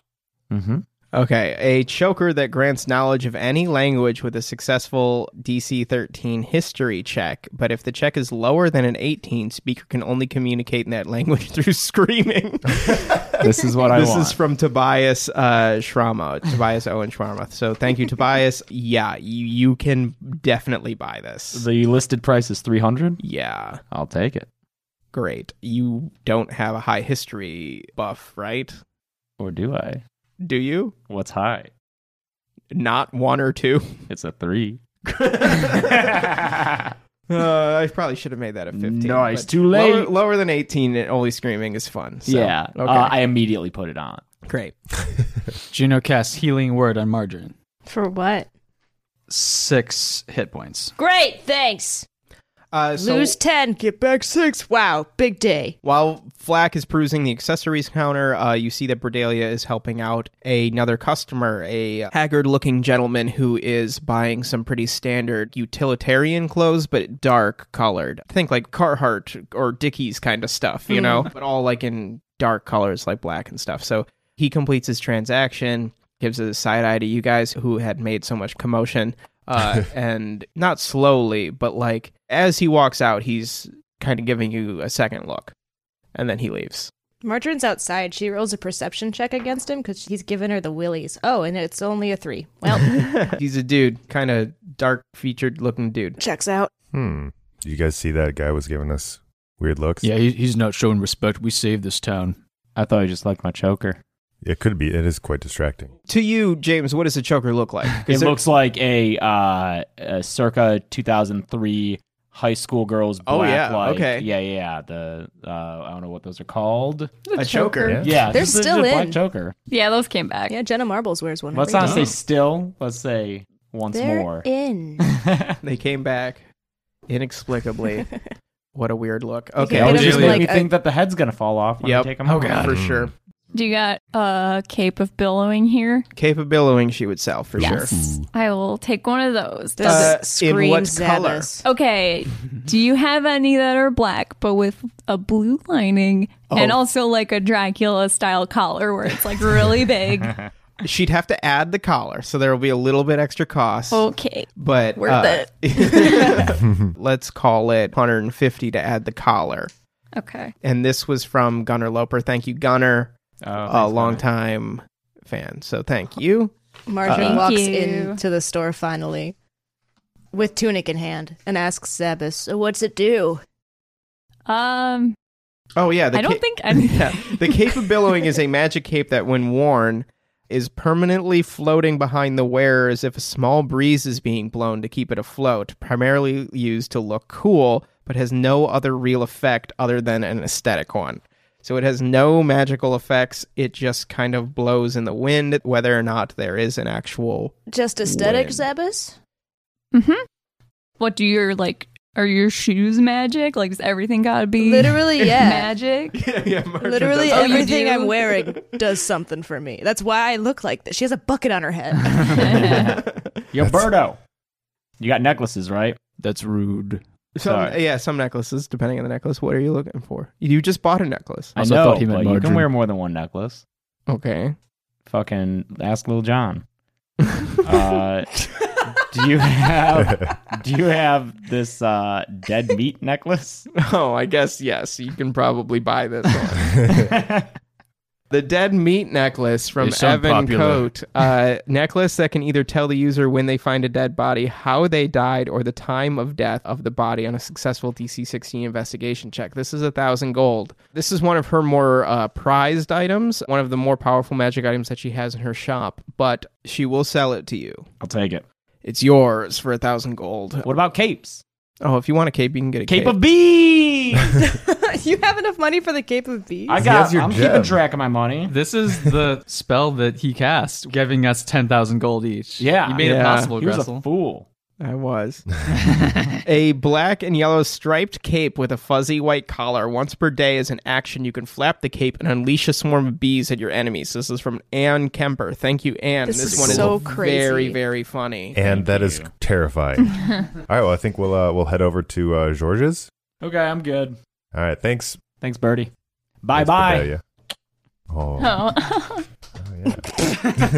Mm-hmm.
Okay, a choker that grants knowledge of any language with a successful DC 13 history check, but if the check is lower than an 18, speaker can only communicate in that <laughs> language through screaming.
<laughs> This is what I
this
want.
is from Tobias uh, Schramma, Tobias Owen Schramma. So thank you, Tobias. Yeah, you, you can definitely buy this.
the listed price is three hundred.
Yeah,
I'll take it.
great. You don't have a high history buff, right?
Or do I?
Do you?
What's high?
Not one or two?
It's a three.
Uh, I probably should have made that a 15.
Nice,
but
too late.
Lower, lower than 18, and only screaming is fun. So.
yeah.
Okay.
uh, I immediately put it on.
Great.
Gino casts healing word on Marjorie.
For what?
Six hit points.
Great. Thanks.
Uh, so
Lose ten. Get back six. Wow. Big day.
while Flack is perusing the accessories counter, uh, you see that Berdalia is helping out another customer, a haggard looking gentleman who is buying some pretty standard utilitarian clothes, but dark colored. Think like Carhartt or Dickies kind of stuff, you know? but all like in dark colors, like black and stuff. So he completes his transaction, gives a side eye to you guys who had made so much commotion. Uh, and not slowly, but like as he walks out, he's kind of giving you a second look. And then he leaves.
Margarine's outside. She rolls a perception check against him because he's given her the willies. Oh, and it's only a three.
<laughs>
Well,
He's a dude, kind of dark featured looking dude.
Checks out.
Hmm. You guys see that guy was giving us weird looks?
Yeah, he, he's not showing respect. We saved this town.
I thought you just liked my choker.
It could be. It is quite distracting.
To you, James, what does a choker look like? 'Cause
It
there-
looks like a, uh, a circa 2003 high school girls
Oh,
black
yeah,
light.
okay.
Yeah, yeah, yeah. The uh, I don't know what those are called.
a choker.
Yeah.
Yeah,
They're
just a- just
still
a black
in.
choker.
Yeah, those came back.
Yeah, Jenna Marbles wears one.
Let's
every
not
day.
say still. Let's say once
They're
more. <laughs>
in.
<laughs> They came back inexplicably. what a weird look.
could
Okay.
get
That would
them
just
with,
make
like,
me
a-
think that the head's gonna fall off when
Yep.
I take them
Oh
off.
god, for
Mhm.
sure.
Do you got a cape of billowing here?
Cape of billowing she would sell for sure.
I will take one of those.
Does
Uh,
it
in
scream
what color?
Zabbis?
<laughs>
Okay. Do you have any that are black but with a blue lining
Oh.
and also like a Dracula style collar where it's like really
<laughs>
big?
She'd have to add the collar, so there will be a little bit extra cost.
okay.
but uh,
worth
it. <laughs> let's call it 150 to add the collar.
Okay.
And this was from Gunnar Loper. Thank you, Gunnar, a
Oh,
long time fan. So thank you.
Marjorie
Thank
walks
you.
into the store finally with tunic in hand and asks
<laughs>
Zabbis, so what's it do?
Um
Oh yeah, the
I don't
ca-
think
<laughs>
I'm
yeah, the cape of billowing is a magic cape that, when worn, is permanently floating behind the wearer as if a small breeze is being blown to keep it afloat. Primarily used to look cool, but has no other real effect other than an aesthetic one. So it has no magical effects. It just kind of blows in the wind, whether or not there is an actual.
Just aesthetic
When?
Zabbis?
Mhm. What do your like are your shoes magic? Like does everything gotta be <laughs>
Literally, yeah.
magic?
<laughs>
yeah, Marjorie
<laughs> Literally
does-
<laughs> Oh, you
everything
do?
I'm wearing does something for me. That's why I look like this. She has a bucket on her head.
<laughs> Yo, Birdo, you got necklaces, right?
That's rude.
some,
sorry.
yeah, some necklaces, depending on the necklace. What are you looking for? You just bought a necklace.
I
Also, I
know,
thought he meant
but you can
margarine.
wear more than one necklace.
Oh, Okay.
Fucking ask
<laughs>
Lil John. uh, do you have do you have this uh, dead meat necklace?
Oh, I guess yes. You can probably buy this one.
<laughs>
the dead meat necklace from
They sound
Evan
popular.
Coat. Uh, <laughs> necklace that can either tell the user when they find a dead body, how they died, or the time of death of the body on a successful DC 16 investigation check. This is a thousand gold. This is one of her more uh, prized items, one of the more powerful magic items that she has in her shop, but she will sell it to you.
I'll take it.
It's yours for a thousand gold.
What about capes?
Oh, if you want a cape, you can get a
Cape of
<laughs>
bees.
you have enough money for the Cape of Bees?
I
has
got.
your
I'm
gem.
keeping track of my money.
This is
<laughs>
the spell that he cast, giving us 10,000 gold each.
Yeah,
You made
Yeah.
it possible,
He was
Gressel.
a fool.
<laughs>
I
<laughs>
was. a black and yellow striped cape with a fuzzy white collar. Once per day as an action, you can flap the cape and unleash a swarm of bees at your enemies. This is from Anne Kemper. Thank you, Anne.
This is
one
so
is
crazy.
very, very funny.
and that is
<laughs>
terrifying. All right. Well, I think we'll uh, we'll head over to uh, George's.
Okay, I'm good.
All right. Thanks.
Thanks, Birdie. Bye
Thanks,
bye.
Bedelia. Oh,
<laughs>
Oh.
<laughs> oh, yeah.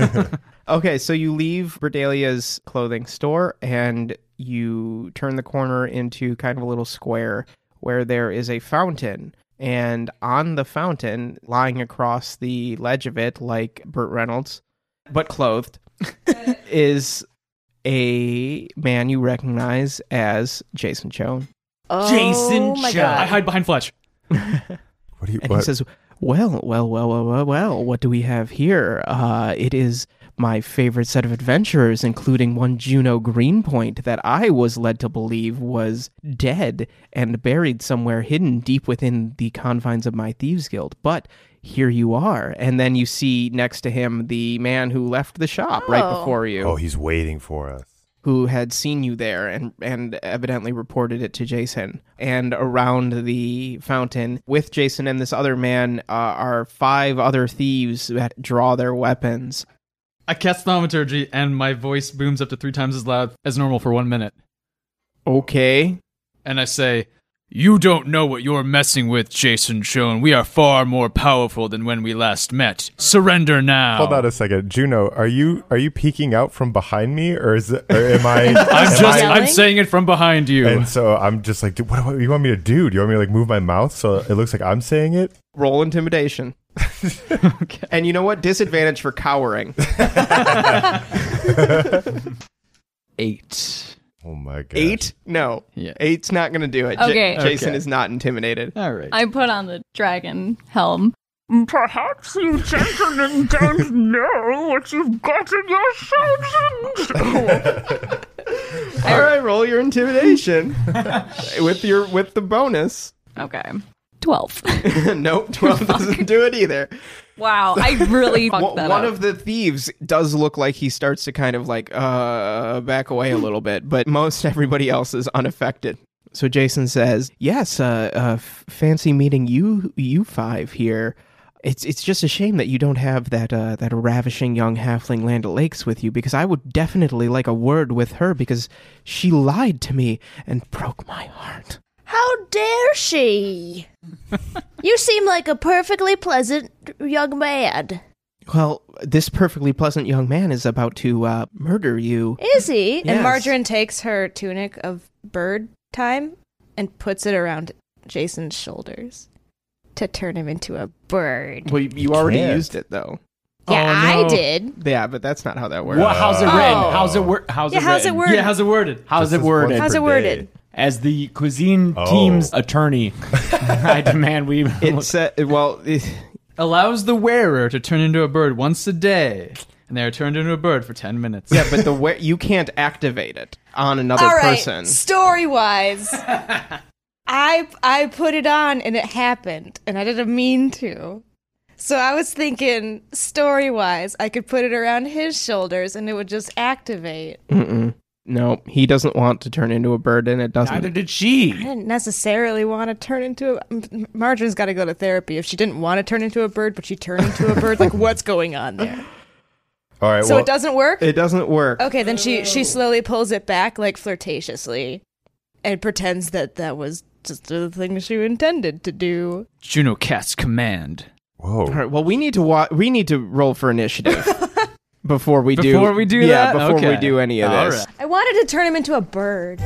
Okay, so you leave Berdalia's clothing store and you turn the corner into kind of a little square where there is a fountain. And on the fountain, lying across the ledge of it, like Burt Reynolds, but clothed, is a man you recognize as Jason Chone.
oh, my
I
God.
hide behind Fletch.
What do you?
And he
What?
says, well, well, well, well, well, well, what do we have here? Uh, it is my favorite set of adventurers, including one Juno Greenpoint that I was led to believe was dead and buried somewhere hidden deep within the confines of my Thieves Guild. But here you are. And then you see next to him the man who left the shop right
Oh.
before you,
oh, he's waiting for us.
who had seen you there and, and evidently reported it to Jason. And around the fountain with Jason and this other man uh, are five other thieves that draw their weapons.
I cast thaumaturgy, and my voice booms up to three times as loud as normal for one minute.
Okay.
And I say, You don't know what you're messing with, Jason Schoen. We are far more powerful than when we last met. Surrender now.
Hold on a second, Juno. Are you are you peeking out from behind me, or is it, or am
<laughs>
I? am
I'm just,
I-
I'm saying it from behind you.
and so I'm just like, dude, what, do you want me to do? Do you want me to like move my mouth so it looks like I'm saying it?
Roll intimidation. And you know what? Disadvantage for cowering.
Eight.
Oh my god.
Eight? No.
Yeah.
Eight's not going to do it. Ja-
Okay.
Jason
Okay.
is not intimidated.
All right.
I put on the dragon helm.
Perhaps <laughs> you gentlemen don't know what you've gotten yourselves
<laughs>
into.
All right, roll your
<laughs>
intimidation with your with the bonus.
Okay.
<laughs>
12.
nope, twelve doesn't do it either.
Wow, Oh, I really
<laughs>
fucked
One-
that
one
up.
of the thieves does look like he starts to kind of like uh back away a little bit, but most everybody else is unaffected. So Jason says, "Yes, uh, uh f- fancy meeting you you five here. It's it's just a shame that you don't have that uh, that ravishing young halfling Land Lakes with you because I would definitely like a word with her because she lied to me and broke my heart."
How dare
<laughs>
she? you seem like a perfectly pleasant young man.
Well, this perfectly pleasant young man is about to uh, murder you.
Is he?
Yes.
And Margarine takes her tunic of bird time and puts it around Jason's shoulders to turn him into a bird.
Well, you, you already
Can't.
used it though. Oh,
yeah,
no.
I did.
Yeah, but that's not how that works.
What, how's it written?
Oh.
How's it word? How's
Yeah,
it
how's it
written?
worded?
Yeah, how's it worded?
How's it
This is
worded?
once
How's
per
it worded?
day.
As the cuisine
Oh.
team's
<laughs>
attorney, <laughs> I <laughs> demand we.
It said, well, it,
<laughs> Allows the wearer to turn into a bird once a day, and they are turned into a bird for 10 minutes.
yeah, but the way you can't activate it on another
All right,
person.
story wise,
<laughs>
I I put it on and it happened, and I didn't mean to. So I was thinking, story wise, I could put it around his shoulders and it would just activate.
Mm-mm. No, he doesn't want to turn into a bird, and it doesn't.
did
I
she.
didn't necessarily want to turn into a. M- M- Marjorie's got to go to therapy if she didn't want to turn into a bird, but she turned into a bird. Like, what's going on there?
All right.
So
well,
it doesn't work.
It doesn't work.
Okay, then she she slowly pulls it back like flirtatiously, and pretends that that was just the thing she intended to do.
<laughs>
Juno Cat's command.
Whoa.
All right. Well, we need to wa- we need to roll
<laughs>
for initiative before we do
Before we do
yeah,
that?
before we
Okay.
do any of
All
this.
right.
I wanted to turn him into a bird.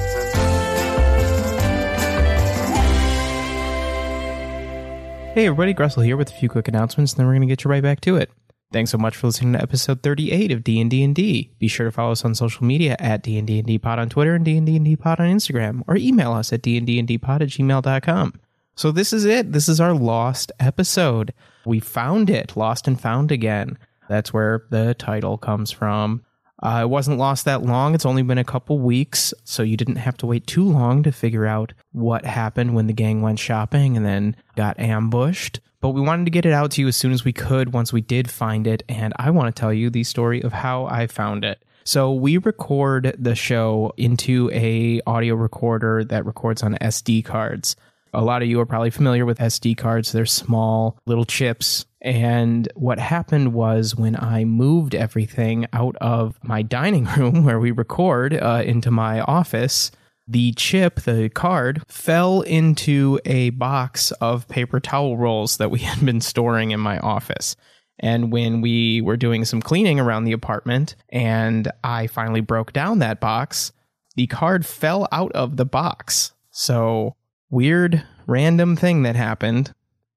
Hey, everybody, Gressel here with a few quick announcements, and then we're going to get you right back to it. Thanks so much for listening to episode 38 of D&D and D. Be sure to follow us on social media at D&D and D Pod on Twitter and D&D and D Pod on Instagram, or email us at D&D and D Pod at gmail.com. So this is it. This is our lost episode. We found it, lost and found again. That's where the title comes from. Uh, it wasn't lost that long. It's only been a couple weeks, so you didn't have to wait too long to figure out what happened when the gang went shopping and then got ambushed. But we wanted to get it out to you as soon as we could once we did find it, and I want to tell you the story of how I found it. So we record the show into a audio recorder that records on SD cards. A lot of you are probably familiar with SD cards. They're small little chips. And what happened was when I moved everything out of my dining <laughs> room where we record uh, into my office, the chip, the card, fell into a box of paper towel rolls that we <laughs> had been storing in my office. And when we were doing some cleaning around the apartment and I finally broke down that box, the card fell out of the box. So weird, random thing that happened.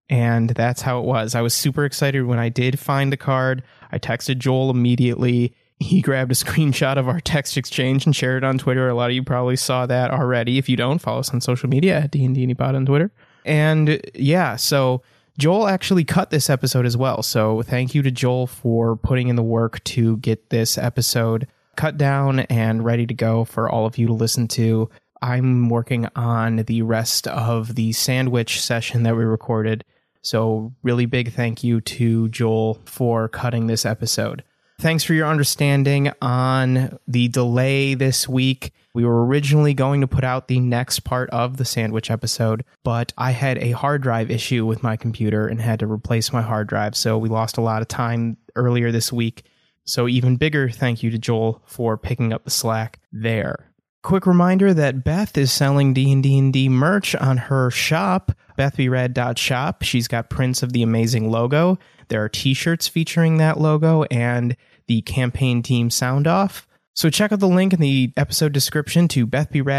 And that's how it was. I was super excited when I did find the card. I texted Joel immediately. He <laughs> grabbed a screenshot of our text exchange and shared it on Twitter. A lot of you probably saw that already. If you don't, follow us on social media at DNDAnyPod on Twitter. And yeah, so Joel actually cut this episode as well. So thank you to Joel for putting in the work to get this episode cut down and ready to go for all of you to listen to. I'm working on the rest of the sandwich session that we recorded. So, really big thank you to Joel for cutting this episode. Thanks for your understanding on the delay this week. We were originally going to put out the next part of the sandwich episode, but I had a hard drive issue with my computer and had to replace my hard drive. So we lost a lot of time earlier this week. So, even bigger thank you to Joel for picking up the slack there. Quick reminder that Beth is selling D&D and D merch on her shop, bethbyrad.shop. She's got prints of the amazing logo. There are t-shirts featuring that logo and the campaign team sound off. So check out the link in the episode description to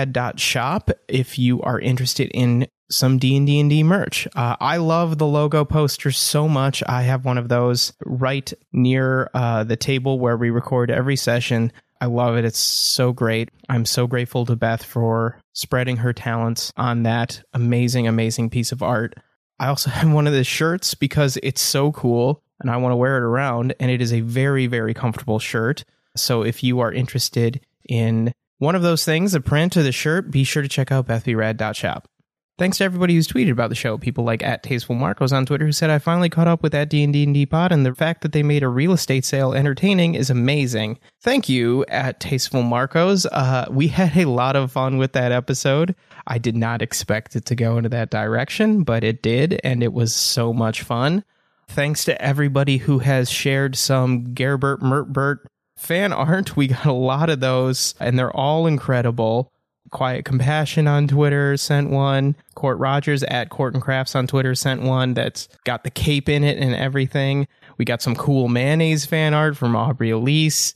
bethbyrad.shop if you are interested in some D&D and D merch. Uh, I love the logo poster so much. I have one of those right near uh, the table where we record every session. I love it. It's so great. I'm so grateful to Beth for spreading her talents on that amazing, amazing piece of art. I also <laughs> have one of the shirts because it's so cool and I want to wear it around. And it is a very, very comfortable shirt. So if you are interested in one of those things, the print or the shirt, be sure to check out bethbyrad.shop. Thanks to everybody who's tweeted about the show. People like at Tasteful Marcos on Twitter who said, I finally caught up with at D&D Pod and the fact that they made a real estate sale entertaining is amazing. Thank you at Tasteful Marcos. Uh, we had a lot of fun with that episode. I did not expect it to go into that direction, but it did. And it was so much fun. Thanks to everybody who has shared some Gerbert Mertbert fan <laughs> art. We got a lot of those and they're all incredible. Quiet Compassion on Twitter sent one. Court Rogers at Court and Crafts on Twitter sent one that's got the cape in it and everything. We got some cool mayonnaise fan art from Aubrey Elise,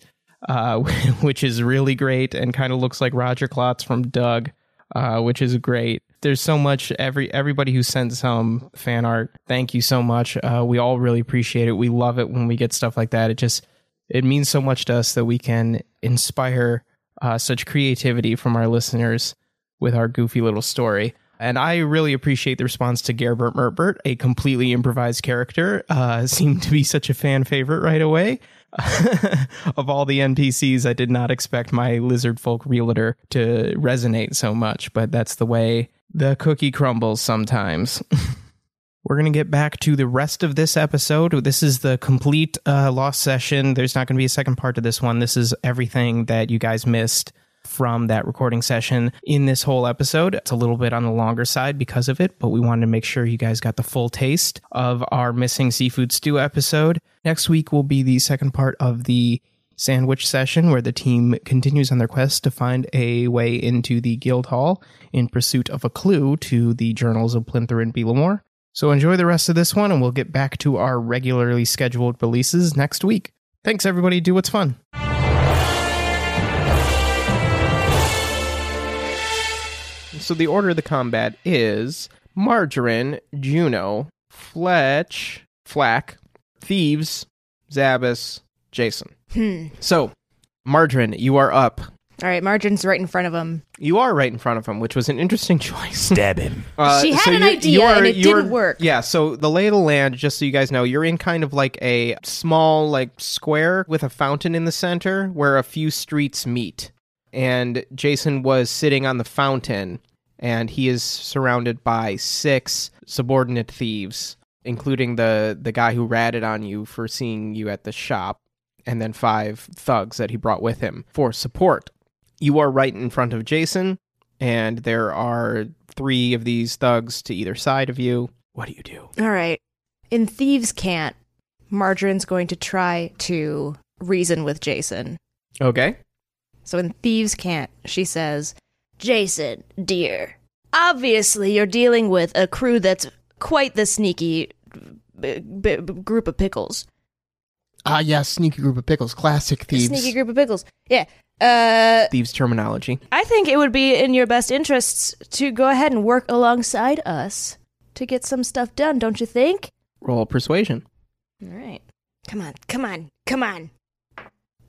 uh, <laughs> which is really great and kind of looks like Roger Klotz from Doug, uh, which is great. There's so much every everybody who sent some fan art. Thank you so much. Uh, we all really appreciate it. We love it when we get stuff like that. It just it means so much to us that we can inspire uh, such creativity from our listeners with our goofy little story. And I really appreciate the response to Gerbert Merbert, a completely improvised character, uh, <laughs> seemed to be such a fan favorite right away. <laughs> of all the NPCs, I did not expect my lizard folk realtor to resonate so much, but that's the way the cookie crumbles sometimes. <laughs> We're going to get back to the rest of this episode. This is the complete uh, lost session. There's not going to be a second part to this one. This is everything that you guys missed from that recording session in this whole episode. It's a little bit on the longer side because of it, but we wanted to make sure you guys got the full taste of our missing seafood stew episode. Next week will be the second part of the sandwich session where the team continues on their quest to find a way into the guild hall in pursuit of a clue to the journals of Plinther and Belamore. So enjoy the rest of this one, and we'll get back to our regularly scheduled releases next week. Thanks, everybody. Do what's fun. So the order of the combat is Margarine, Juno, Fletch, Flack, Thieves, Zabas, Jason.
Hmm.
So, Margarine, you are up.
All right, Margarine's right in front of him.
You are right in front of him, which was an interesting <laughs> choice. Uh, Stab him.
She had an idea and it didn't work.
Yeah, so the lay of the land, just so you guys know, you're in kind of like a small, like, square with a fountain in the center where a few streets meet. And Jason was sitting on the fountain, and he is surrounded by six subordinate thieves, including the, the guy who ratted on you for seeing you at the shop, and then five thugs that he brought with him for support you are right in front of Jason, and there are three of these thugs to either side of you. What do you do?
All right. In Thieves Can't, Margarine's going to try to reason with Jason.
Okay.
So in Thieves Can't, she says,
Jason, dear, obviously you're dealing with a crew that's quite the sneaky b- b- b- group of pickles.
Ah, yes, sneaky group of pickles, classic thieves.
Sneaky group of pickles. Yeah. Uh,
Thieves terminology.
I think it would be in your best interests to go ahead and work alongside us to get some stuff done, don't you think?
Roll persuasion.
All right. Come on, come on, come on.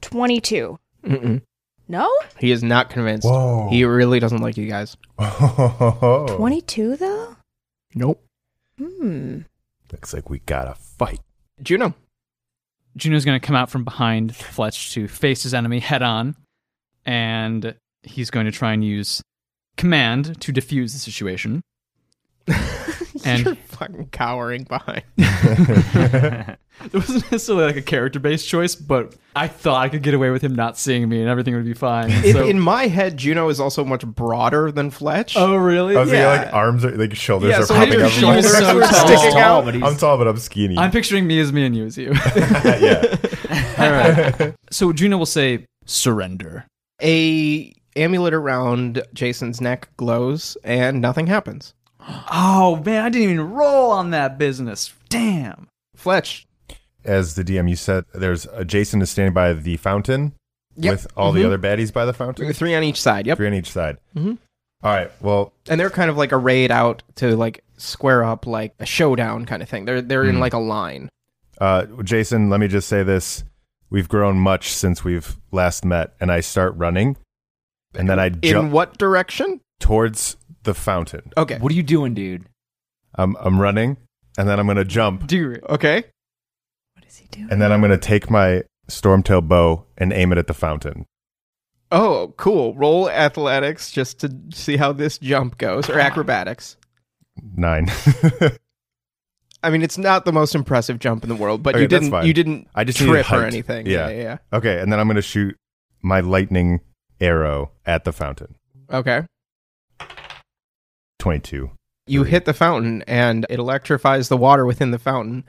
22.
Mm-mm.
No?
Oh.
He is not convinced.
Whoa.
He really doesn't like
<laughs>
you guys.
22 though?
Oh. Nope.
Hmm.
Looks like we got a fight.
Juno.
Juno's going to come out from behind Fletch to face his enemy head on, and he's going to try and use command to defuse
<laughs>
the situation.
You're
and
fucking cowering
<laughs>
behind.
<laughs> it wasn't necessarily like a character based choice, but I thought I could get away with him not seeing me and everything would be fine.
In,
So,
in my head, Juno is also much broader than Fletch.
oh, really?
I was
Yeah.
thinking like arms are like shoulders
Yeah,
are
so
popping
your
up.
shoulders
Like,
are <laughs> so
sticking
tall.
out.
But he's-
I'm tall, but I'm skinny. <laughs>
I'm picturing me as me and you as you.
yeah. <laughs>
All right. So Juno will say, surrender.
A amulet around Jason's neck glows, and nothing happens.
<gasps> Oh, man, I didn't even roll on that business. Damn.
Fletch.
As the DM, you said there's uh, Jason is standing by the fountain
Yep.
with all
Mhm.
the other baddies by the fountain.
Three on each side. Yep.
Three on each side.
Mhm.
All right. Well,
and they're kind of like arrayed out to like square up like a showdown kind of thing. They're they're
Hmm.
in like a line.
Uh, Jason, let me just say this. We've grown much since we've last met, and I start running, and then I
In
jump
what direction?
towards the fountain.
Okay.
What are you doing, dude?
I'm, I'm running, and then I'm going to jump.
Do it. Okay.
And then I'm going to take my stormtail bow and aim it at the fountain.
Oh, cool. Roll athletics just to see how this jump goes, or acrobatics.
Nine.
I mean, it's not the most impressive jump in the world,
<laughs>
but
Okay,
you
that's
didn't.
fine.
You didn't.
I just needed
trip or
height.
anything. yeah, yeah.
Okay, and then I'm going to shoot my lightning arrow at the fountain.
yeah. Okay.
22.
You hit the fountain, and it electrifies the water within the fountain,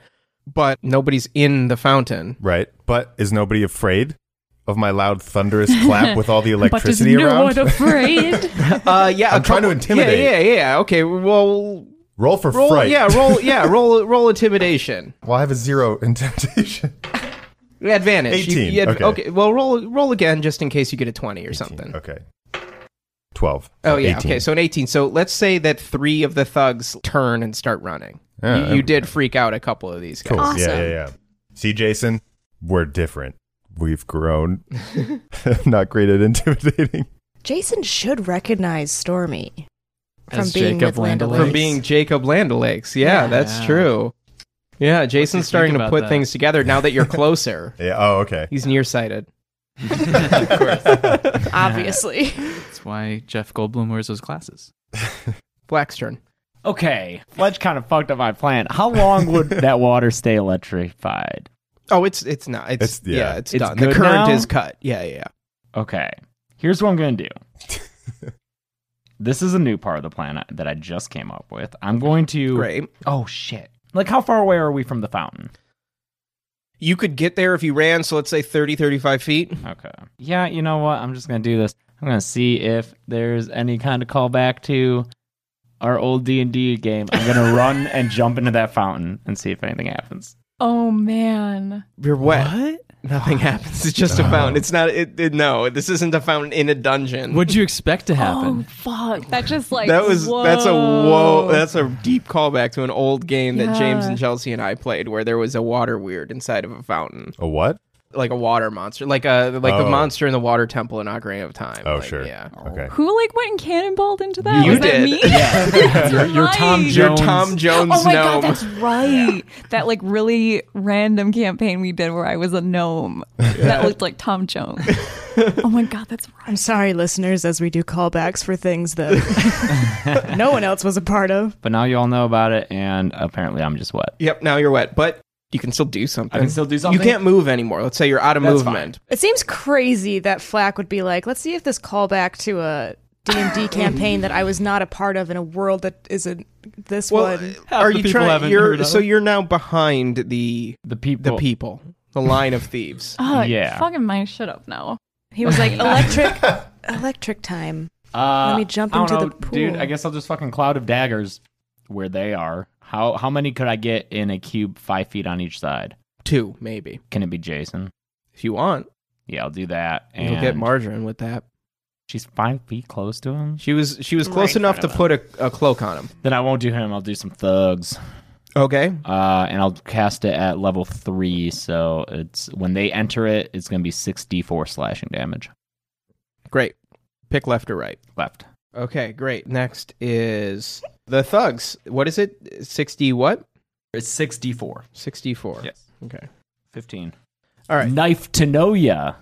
but nobody's in the fountain.
Right. But is nobody afraid of my loud
<laughs>
thunderous clap with <laughs> all the electricity around? <laughs>
afraid?
uh, yeah,
I'm trying to intimidate.
Yeah, yeah, yeah. Okay, well,
Roll for
roll.
fright.
Yeah,
<laughs>
roll. Yeah, roll. Roll intimidation.
Well, I have a zero <laughs> intimidation.
Advantage. You-
18,
you had-
okay.
Well, roll. Roll again, just in case you get a twenty or something.
Okay. 12.
Oh yeah.
18.
Okay. So an eighteen. So let's say that three of the thugs turn and start running.
Yeah,
you, you
I'm-
did freak out a couple of these guys.
Cool. Yeah, yeah, yeah. See, Jason, we're different. We've grown. <laughs> Not great at intimidating. <laughs>
Jason should recognize Stormy from
As
being
Jacob
with Land
Landalakes. From being Jacob Landalakes. Yeah, that's true. Yeah, Jason's starting to
about
put
that?
things together now
<laughs>
that you're closer.
yeah. Oh, okay.
He's nearsighted.
Obviously.
That's why Jeff Goldblum wears those glasses.
Black's turn.
Okay, Fletch kind of fucked up my plan. How long would <laughs> that water stay electrified?
<laughs> Oh, it's it's not. It's,
It's-
yeah.
yeah.
it's,
It's
done. The
good
current
now?
is cut. Yeah, yeah, yeah.
Okay, here's what I'm
<laughs>
gonna do. this is a new part of the plan I- that I just came up with. I'm going to.
Great.
Oh shit! Like, how far away are we from the fountain?
You could get there if you ran, so let's say 30, 35 feet.
Okay. Yeah, you know what? I'm just gonna do this. I'm gonna see if there's any kind of callback to our old D and D game.
<laughs>
I'm gonna run and jump into that fountain and see if anything happens.
Oh man.
You're wet. What? Nothing happens. It's just a fountain. It's not. It, it- no, this isn't a fountain in a dungeon.
What'd you expect to happen?
Oh, Fuck. That just like
that was that's a whoa.
whoa.
That's a deep callback to an old game that James
Yeah.
and Chelsea and I played, where there was a water weird inside of a fountain,
A what?
like a water monster, like a like
Oh.
the monster in the water temple in Ocarina of Time.
Oh,
Like,
sure.
Yeah.
Okay.
Who like went and cannonballed into that?
You
was that
did.
me?
<laughs>
<laughs>
Yeah. <laughs> You're- you're Tom
Right.
You're Tom Jones
Oh my
gnome.
god, that's right. That like really random campaign we did where I was a gnome that looked like
<laughs>
Tom Jones. oh my god, that's
I'm sorry, listeners, as we do callbacks for things that no one else was a part of.
But now you all know about it, and apparently I'm just wet.
Yep. Now you're wet, but you can still do something.
I can still do something?
You can't move anymore. Let's say you're out of
That's
movement.
It seems crazy that Flack would be like, let's see if this callback to a D&D campaign that I was not a part of in a world that isn't this one.
Are you trying? You're so you're now behind the the people the people the line of thieves.
<laughs> Oh, Fucking my shit up now.
He was
<laughs>
like,
<laughs>
electric, electric time.
Uh,
Let me jump
I don't
into the
know,
pool.
dude. I guess I'll just fucking cloud of daggers where they are. How how many could I get in a cube five feet on each side?
Two, maybe.
Can it be Jason?
If you want.
Yeah, I'll do that. And
You'll get margarine with that.
She's five feet close to him.
She was she was close
Right in
enough to
front of
put a, a cloak on him.
Then I won't do him. I'll do some thugs.
Okay.
Uh, and I'll cast it at level three, so it's when they enter it, it's gonna be six d four slashing damage.
Great. Pick left or right.
Left.
Okay, great. Next is the thugs. What is it? Sixty what?
It's six d four.
Sixty four.
Yes.
Okay.
Fifteen.
All right.
Knife to know ya,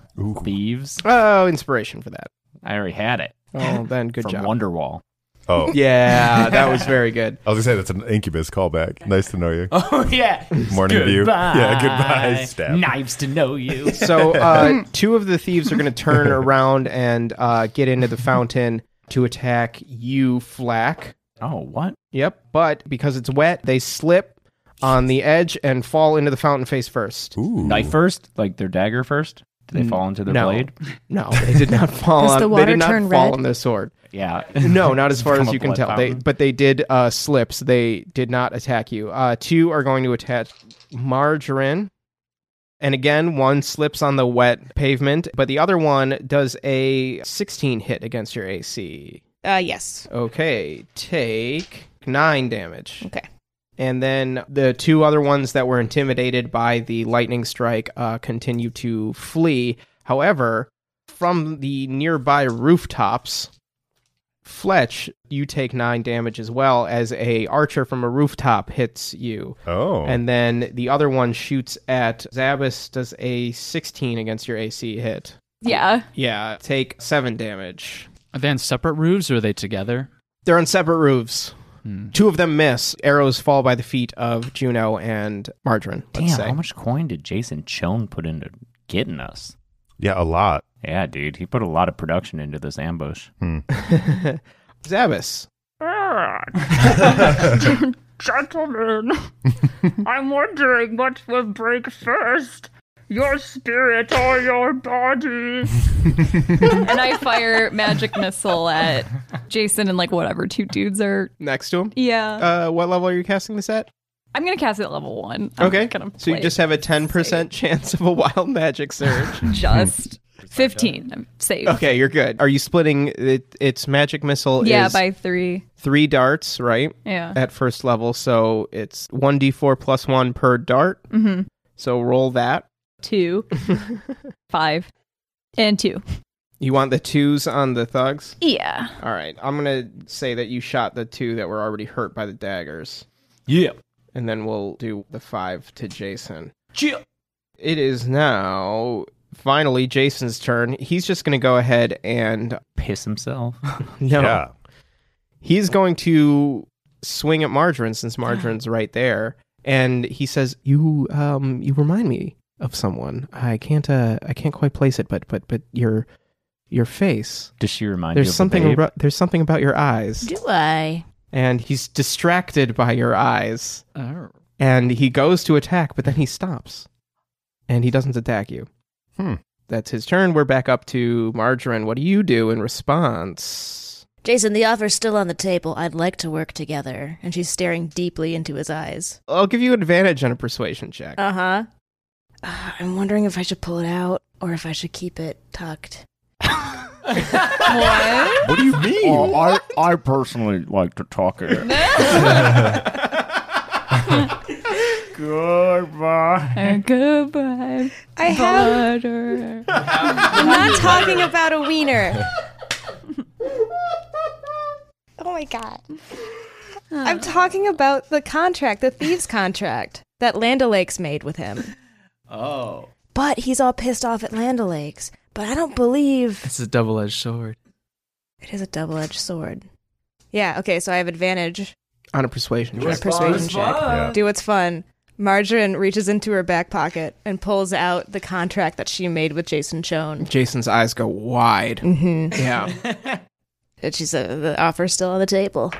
thieves.
Oh, inspiration for that.
I already had it.
Well, then good
From
job.
Wonderwall.
Oh.
Yeah, that was very good.
I was going to say that's an incubus callback. Nice to know
<laughs>
you.
<laughs> Oh yeah.
Morning view. Yeah, goodbye,
Stab.
Stab.
Knives to know
<laughs>
you.
So uh, two of the thieves are going to
<laughs>
turn around and uh, get into the fountain to attack you, Flack.
Oh, what?
Yep. But because it's wet, they slip on the edge and fall into the fountain face first.
Ooh.
knife first, like their dagger first. Do they
N-
fall into their
no.
blade?
<laughs> No, they
<laughs>
did not fall
Does
on.
the
they
water
did not
turn
fall
red?
on their sword.
Yeah.
No, not as far
Become
as
a
you can
blood
tell. They,
fountain.
but they did uh, slip, so they did not attack you. Uh, two are going to attack Margarine. And again, one slips on the wet pavement, but the other one does a 16 hit against your AC.
Uh,
<laughs>
yes.
Okay, take nine damage.
Okay.
And then the two other ones that were intimidated by the lightning strike uh, continue to flee. However, from the nearby rooftops, Fletch, you take nine damage as well as a archer from a rooftop hits you.
Oh.
And then the other one shoots at Zabas. Does a 16 against your AC hit?
Yeah.
Yeah. Take seven damage.
Are they on separate roofs or are they together?
They're on separate roofs.
Hmm.
Two of them miss. Arrows fall by the feet of Juno and Margarine.
<laughs> Damn,
Let's say.
how much coin did Jason Chone put into getting us?
Yeah, a lot.
Yeah, dude, he put a lot of production into this ambush.
Hmm.
<laughs>
Zabas.
Ah. <laughs> Gentlemen, I'm wondering what will break first your spirit or your body.
and I fire magic missile at Jason and like whatever two dudes are.
Next to him?
Yeah.
Uh, what level are you casting this at?
I'm going to cast it at level one. I'm
Okay.
Gonna
So you
play
just have a 10% chance of a wild magic surge.
<laughs> just 15. I'm safe.
Okay, you're good. Are you splitting it, its magic missile?
Yeah,
is
by three.
three darts, right?
Yeah.
At first level, so it's one d4 plus one per dart.
Mm-hmm.
So roll that.
Two,
<laughs>
five, and two.
You want the twos on the thugs?
Yeah.
All right. I'm gonna say that you shot the two that were already hurt by the daggers.
Yeah.
And then we'll do the five to Jason.
Chill.
It is now finally Jason's turn. He's just going to go ahead and
piss himself. <laughs>
<laughs> No.
Yeah.
He's going to swing at Margarine since
<gasps>
Margarine's right there and he says, "You um you remind me of someone. I can't uh I can't quite place it, but but but your your face.
Does she remind you
There's
of a
something
babe?
aro- there's something about your eyes."
Do I?
and he's distracted by your eyes.
Oh.
And he goes to attack, but then he stops. And he doesn't attack you.
Hmm.
That's his turn. We're back up to Margarine. What do you do in response?
Jason, the offer's still on the table. I'd like to work together. And she's staring deeply into his eyes.
I'll give you advantage on a persuasion check.
Uh huh. Uh, I'm wondering if I should pull it out or if I should keep it tucked.
What do
<laughs>
you mean?
I, I personally like to talk
<laughs>
it. Goodbye.
Uh,
And goodbye.
I have.
<laughs>
butter.
I'm not talking about a wiener. Oh my god. I'm talking about the contract, the
<laughs>
thieves contract that Land O'Lakes made with him.
Oh.
But he's all pissed off at Land O'Lakes. But I don't believe
It's a double edged sword.
it is a double edged sword.
Yeah, okay, so I have advantage
On a persuasion
on a
check.
persuasion check.
Yeah.
Do what's fun. Margarine reaches into her back pocket and pulls out the contract that she made with Jason Chone.
Jason's eyes go wide.
Mm-hmm. <laughs>
Yeah.
And she
uh,
said the offer's still on the table.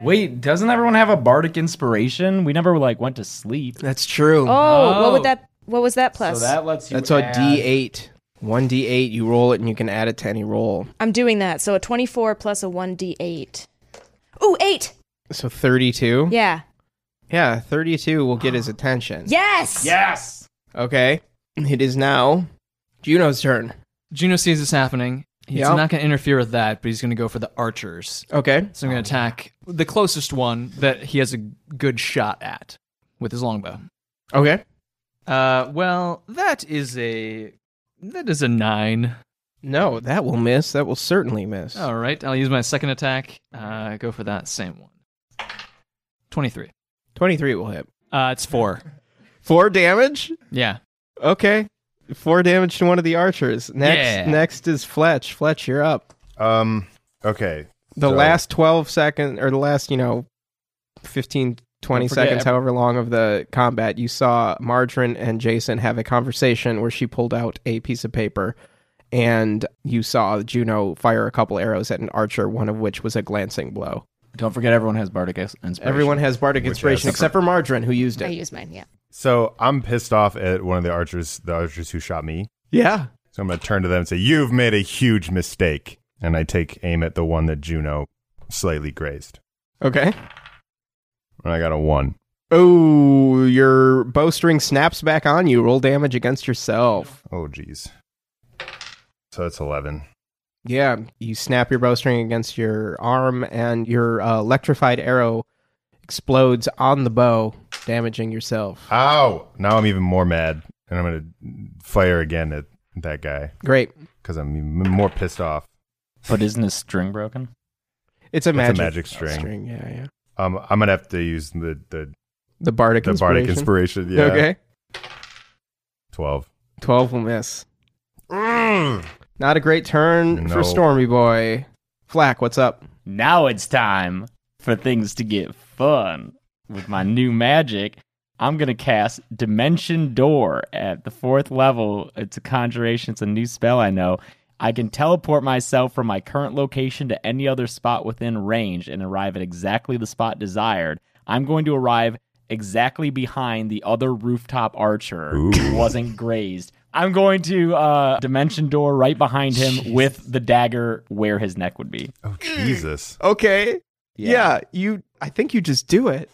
Wait, doesn't everyone have a bardic inspiration? We never like went to sleep.
That's true.
Oh, what would that? What was that plus?
So that lets you.
That's a
add-
D8. 1D8, you roll it and you can add it to any roll.
I'm doing that. So a 24 plus a 1d8. Ooh, eight.
So 32?
Yeah.
Yeah, 32 will get his attention.
Yes.
Yes.
Okay. It is now Juno's turn.
Juno sees this happening. He's
Yep.
not going to interfere with that, but he's going to go for the archers.
Okay.
So I'm going to attack the closest one that he has a good shot at with his longbow.
Okay.
Uh, well, that is a that is a nine.
No, that will miss. That will certainly miss.
All right, I'll use my second attack. Uh, go for that same one. Twenty-three.
23 will hit.
Uh, it's four.
Four damage?
Yeah.
Okay. Four damage to one of the archers. Next
Yeah.
next is Fletch. Fletch, you're up.
Um. Okay.
The
So-
last 12 second or the last, you know, 15 20
Don't forget
seconds,
every-
however long of the combat, you saw Margarine and Jason have a conversation where she pulled out a piece of paper and you saw Juno fire a couple arrows at an archer, one of which was a glancing blow.
Don't forget, everyone has bardic ins- inspiration.
Everyone has bardic
Which
inspiration
has-
except for Margarine, who used
I
it.
use mine. Yeah.
So I'm pissed off at one of the archers, the archers who shot me.
Yeah.
So I'm going to turn to them and say, You've made a huge mistake. And I take aim at the one that Juno slightly grazed.
Okay.
And I got a one.
Oh, your bowstring snaps back on you. Roll damage against yourself.
Oh, geez. So that's 11.
Yeah, you snap your bowstring against your arm, and your uh, electrified arrow explodes on the bow, damaging yourself.
Ow! Now I'm even more mad. And I'm going to fire again at that guy
Great.
because I'm even more pissed off.
But isn't his string broken?
It's a
That's
magic,
a magic string.
Yeah, yeah.
Um, I'm gonna have to use the the
The bardic
the bardic inspiration. Yeah.
Okay.
Twelve.
12 will miss. Mm. Not a great turn for Stormy Boy. Flack, what's up?
Now it's time for things to get fun. With my new magic, I'm going to cast Dimension Door at the fourth level. It's a conjuration, it's a new spell I know. I can teleport myself from my current location to any other spot within range and arrive at exactly the spot desired. I'm going to arrive exactly behind the other rooftop archer who wasn't grazed. I'm going to uh, dimension door right behind him with the dagger where his neck would be.
Oh Jesus!
Okay. Yeah. you. I think you just do it.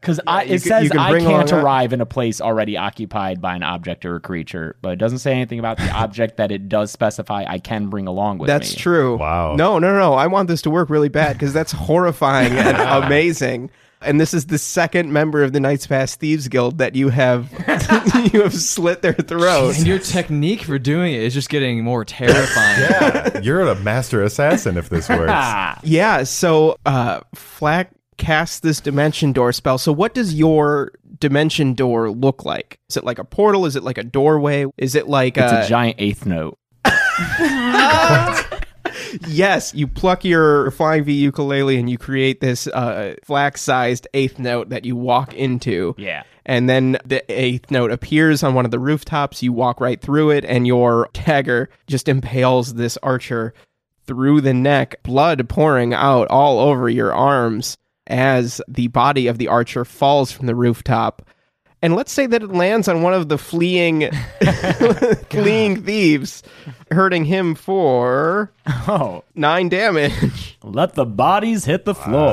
Because Oh, I
you
it
can- you
says
can
I
bring
can't
along a-
arrive in a place already occupied by an object or a creature, but it doesn't say anything
<laughs>
about the object that it does specify I can bring along with
that's
me.
true. Wow. No, no, no. I want this to work really bad because that's horrifying and amazing. And this is the second member of the Knights Past Thieves Guild that you have <laughs> you have <laughs> slit their throat.
And your technique for doing it is just getting more terrifying.
You're a master assassin if this works.
yeah, so uh Flack casts this dimension door spell. So what does your dimension door look like? Is it like a portal? Is it like a doorway? Is it like uh,
It's
a,
a giant eighth note.
yes, you pluck your flying V ukulele and you create this uh, flax-sized eighth note that you walk into.
Yeah.
And then the eighth note appears on one of the rooftops. You walk right through it, and your dagger just impales this archer through the neck, blood pouring out all over your arms as the body of the archer falls from the rooftop. And let's say that it lands on one of the fleeing, <laughs> fleeing thieves, hurting him for
oh
nine damage. <laughs>
Let the bodies hit the floor.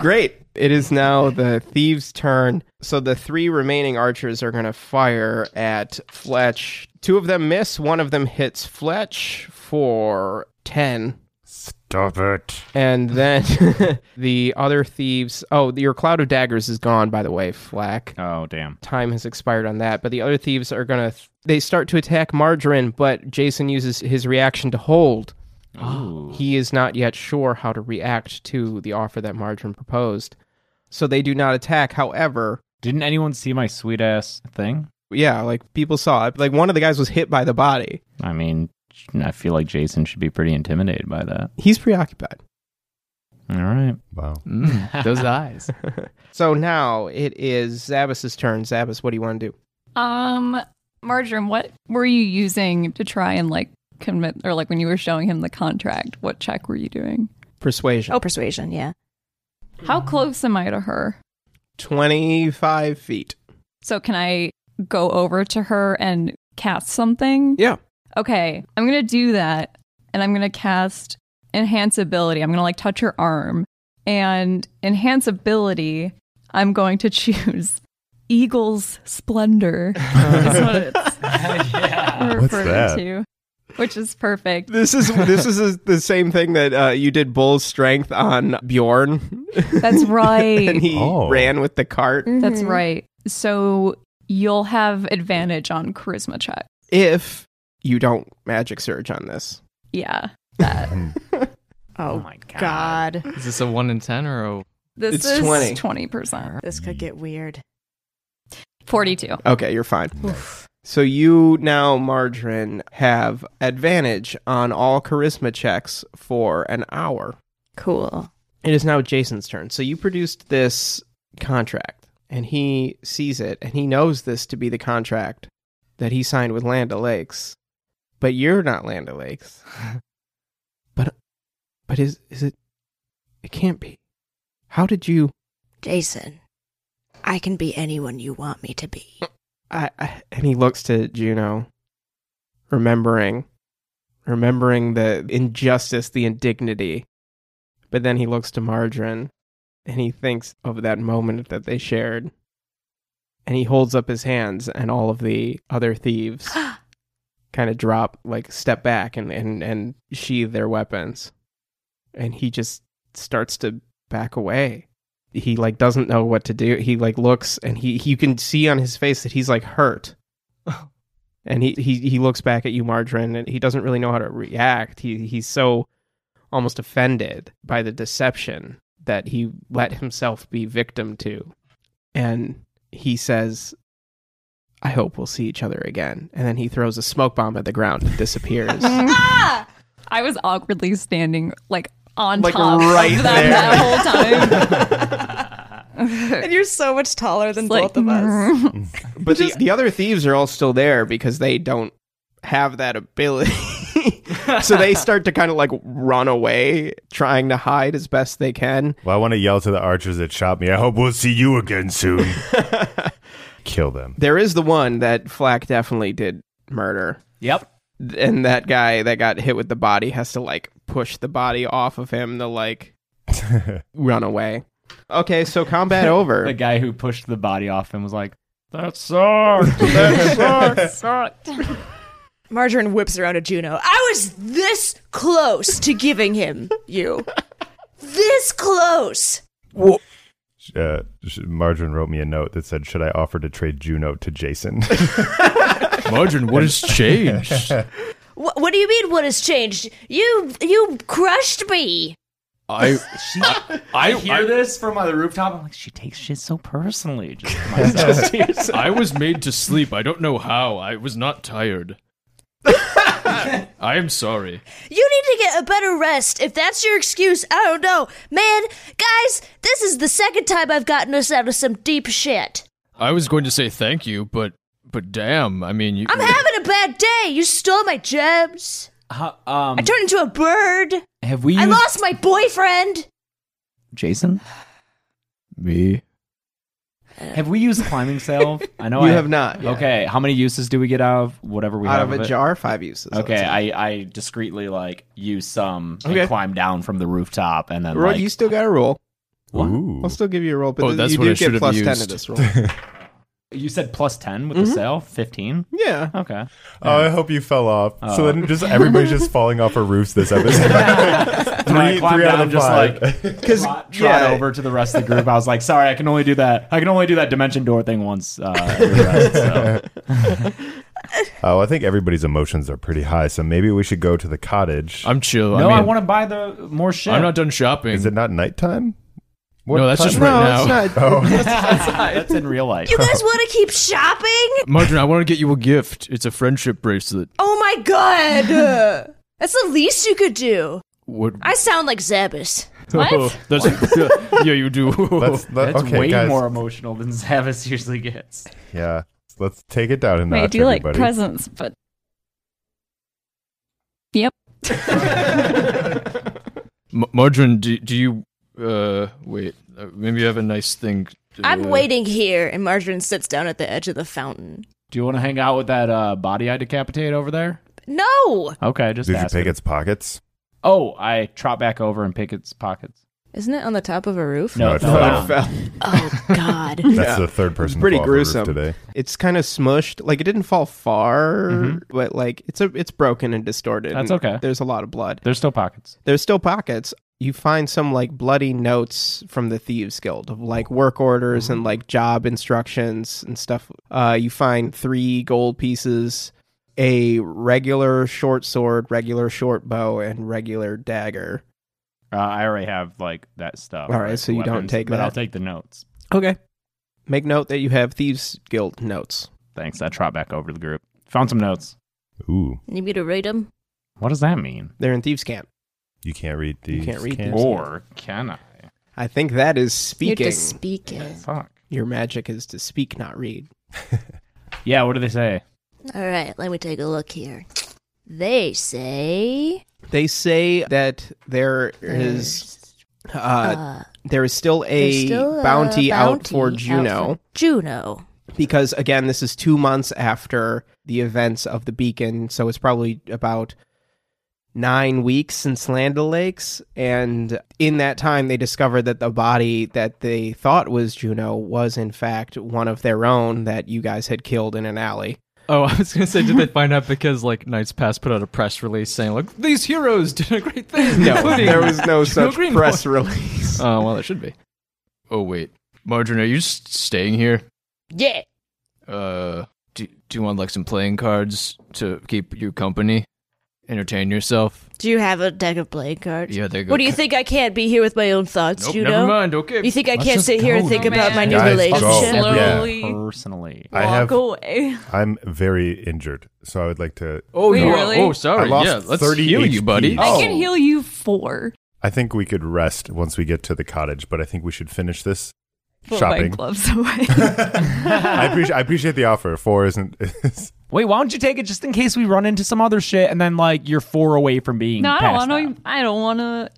Great. It is now the thieves' turn. So the three remaining archers are going to fire at Fletch. Two of them miss, one of them hits Fletch for 10.
Stop it.
And then <laughs> the other thieves. Oh, your cloud of daggers is gone, by the way, Flack.
Oh, damn.
Time has expired on that. But the other thieves are going to. they start to attack Margarine, but Jason uses his reaction to hold. He is not yet sure how to react to the offer that Margarine proposed. So they do not attack. However,
Didn't anyone see my sweet ass thing?
yeah, like people saw it. Like one of the guys was hit by the body.
I mean, I feel like Jason should be pretty intimidated by that.
He's preoccupied.
All right.
Wow.
Mm.
<laughs>
<laughs>
those eyes.
<laughs> So now it is Zabas's turn. Zabas, what do you want to do?
Um, Marjoram, what were you using to try and like commit, or like when you were showing him the contract? What check were you doing?
Persuasion.
Oh, persuasion, yeah.
How close am I to her?
25 feet.
So can I go over to her and cast something?
Yeah.
Okay, I'm gonna do that, and I'm gonna cast enhance ability. I'm gonna like touch her arm, and enhance ability. I'm going to <laughs> choose Eagle's Splendor. is what it's
What's
referred
that?
to, which is perfect.
This is this is <laughs> the same thing that uh, you did bull's strength on Bjorn,
<laughs>
<laughs>
That's right.
and he
Oh.
ran with the cart.
That's right. So you'll have advantage on charisma check.
If you don't magic surge on this,
Yeah.
<laughs> Oh, my God.
Is this a one in ten or a
This
It's
is
20.
20. percent
This could
<laughs>
get weird.
42.
okay, you're fine. So you now, Margarine, have advantage on all charisma checks for an hour.
Cool.
It is now Jason's turn. So you produced this contract, and he sees it, and he knows this to be the contract that he signed with Land O'Lakes. But you're not Land O'Lakes. <laughs> but, but is is it? It can't be. How did you?
Jason, I can be anyone you want me to be.
I, I and he looks to Juno, remembering, remembering the injustice, the indignity. But then he looks to Margarine, and he thinks of that moment that they shared. And he holds up his hands, and all of the other thieves <gasps> kind of drop, like step back and and and sheathe their weapons. And he just starts to back away he like doesn't know what to do. He like looks and he you can see on his face that he's like hurt. And he he he looks back at you, Margarine, and he doesn't really know how to react. He he's so almost offended by the deception that he let himself be victim to. And he says, I hope we'll see each other again. And then he throws a smoke bomb at the ground and disappears.
I was awkwardly standing like <laughs> on
Like,
top
right
of them
there. <laughs>
that whole time.
and you're so much taller than
It's like,
both of <laughs> us.
But the, the other thieves are all still there because they don't have that ability. <laughs> so they start to kind of like run away, trying to hide as best they can.
Well, I want to yell to the archers that shot me. I hope we'll see you again
<laughs>
soon. Kill them.
There is the one that Flack definitely did murder.
Yep.
And that guy that got hit with the body has to like push the body off of him to like run away. Okay, so
<laughs>
combat over.
the guy who pushed the body off and was like, "That
<laughs>
sucked. <laughs> That sucked."
Sucked.
Margarine whips around a Juno. I was this close to giving him you. This close.
Uh, sh- Margarine wrote me a note that said, "Should I offer to trade Juno to Jason?" <laughs>
Margarine, what has changed?
What, what do you mean? What has changed? You you crushed me.
I,
I,
I-
hear
I-
this from my rooftop. I'm like, she takes shit so personally. Just <laughs> myself.
I was made to sleep. I don't know how. I was not tired. I am sorry.
You need to get a better rest. If that's your excuse, I don't know, man. Guys, this is the second time I've gotten us out of some deep shit.
I was going to say thank you, but but damn, I mean, you,
I'm having a bad day. You stole my gems.
Huh, um,
I turned into a bird.
have we?
I
used-
lost my boyfriend.
Jason.
me.
Have we used climbing salve? I know
You
I
have not, yeah.
Okay, how many uses do we get out of whatever we
Out
have
of a
it?
jar, five uses.
Okay, I, I discreetly like use some
Okay.
and climb down from the rooftop and then
Roy,
like
you still got a roll.
Ooh.
I'll still give you a roll, but
Oh,
th-
that's
you
what
do
I
get
should have
plus ten
used.
to this
<laughs>
roll.
<laughs> you said plus ten with
Mhm.
the sale fifteen.
yeah.
Okay,
Oh, I hope you fell off. <laughs> so
Oh.
then, just
<laughs>
everybody's just falling off our roofs this
<laughs>
episode.
<laughs> When
<laughs>
I
three,
climbed
three out
down,
of the
just
five. <laughs>
like trot, trot
yeah.
over to the rest of the group. I was like, sorry, I can only do that. I can only do that dimension door thing once. Uh, every rest, so.
<laughs> oh, I think everybody's emotions are pretty high, so maybe we should go to the cottage.
I'm chill.
No,
I
I,
mean,
want to buy the more shit.
I'm not done shopping.
Is it not nighttime?
No, that's
time-
just right now.
it's
<laughs>
not.
Oh, <laughs>
That's in real life.
You <laughs>
<laughs>
guys want to keep shopping?
Margarine, I want to get you a gift. It's a friendship bracelet.
Oh my god. <laughs> That's the least you could do. <laughs>
What?
I sound like Zabus.
What?
That's <laughs> yeah, you do.
Let's- let-
That's
okay,
way
guys.
more emotional than <laughs> Zavis usually gets.
yeah. Let's take it down a
I
notch,
do like
everybody.
presents, but yep.
M- Margarine, do, do you? Uh, wait. Uh, maybe you have a nice thing. to-
I'm waiting here, and Margarine sits down at the edge of the fountain.
Do you want to hang out with that uh, body I decapitate over there?
No!
Okay, just
Did you
ask.
pick its pockets?
Oh, I trot back over and pick its pockets.
Isn't it on the top of a roof?
No,
No, no
it fell
down.
down.
Fell.
Oh, God.
That's
Yeah.
the third person. to
pretty
fall off a roof
gruesome.
today.
It's kind of smushed. Like it didn't fall far,
Mhm.
but like it's a it's broken and distorted.
That's
and
okay.
There's a lot of blood.
There's still pockets.
There's still pockets. You find some like bloody notes from the thieves guild of like work orders
Mm-hmm.
and like job instructions and stuff. Uh, you find three gold pieces, a regular short sword, regular short bow, and regular dagger.
Uh, I already have like that stuff.
All right,
like,
so you don't
weapons,
take
but I'll
that.
take the notes.
Okay. Make note that you have thieves guild notes.
Thanks. I trot back over to the group. Found some notes.
Ooh,
Need me to read them?
What does that mean?
They're in thieves camp.
you can't read these.
can't read
can
these.
Or can I?
I think that is
You
speaking.
have to speak it.
Fuck.
Your magic is to speak, not read.
<laughs> Yeah. What do they say?
All right, let me take a look here. They say.
They say that there is uh,
Uh,
there is still a
there's still a
bounty, out
bounty
for
out
Juno
for Juno.
because again, this is two months after the events of the Beacon, so it's probably about nine weeks since Land Lakes. And in that time, they discovered that the body that they thought was Juno was in fact one of their own that you guys had killed in an alley.
Oh, I was gonna say, did they find out because like Knights Pass put out a press release saying, "Look,
<laughs>
these heroes did a great thing."
<laughs> No,
including
there was
Juno
no such
Greenwood."
press release.
Oh well, it should be.
Oh wait, Margarine, are you s- staying here?
Yeah.
Uh, do do you want like some playing cards to keep you company, entertain yourself?
Do you have a deck of playing cards?
Yeah, they go.
What do you think? I can't be here with my own thoughts,
Nope,
you
never
know?
mind, okay.
You think I
Let's
can't
just
sit here and
go
think
now.
about my new
Guys,
relationship?
go. Yeah.
personally.
I have,
away.
I'm very injured, so I would like to.
Oh,
Wait, you are- really? oh,
I
sorry.
lost
Yeah, let's
30
heal you,
HP.
buddy.
I
Oh.
can heal you four.
I think we could rest once we get to the cottage, but I think we should finish this
Put my
shopping.
<laughs>
gloves away.
I appreciate I appreciate the offer. Four isn't. <laughs> is-
Wait, why don't you take it just in case we run into some other shit and then like you're four away from being
no, I
past
don't want to. I don't want to.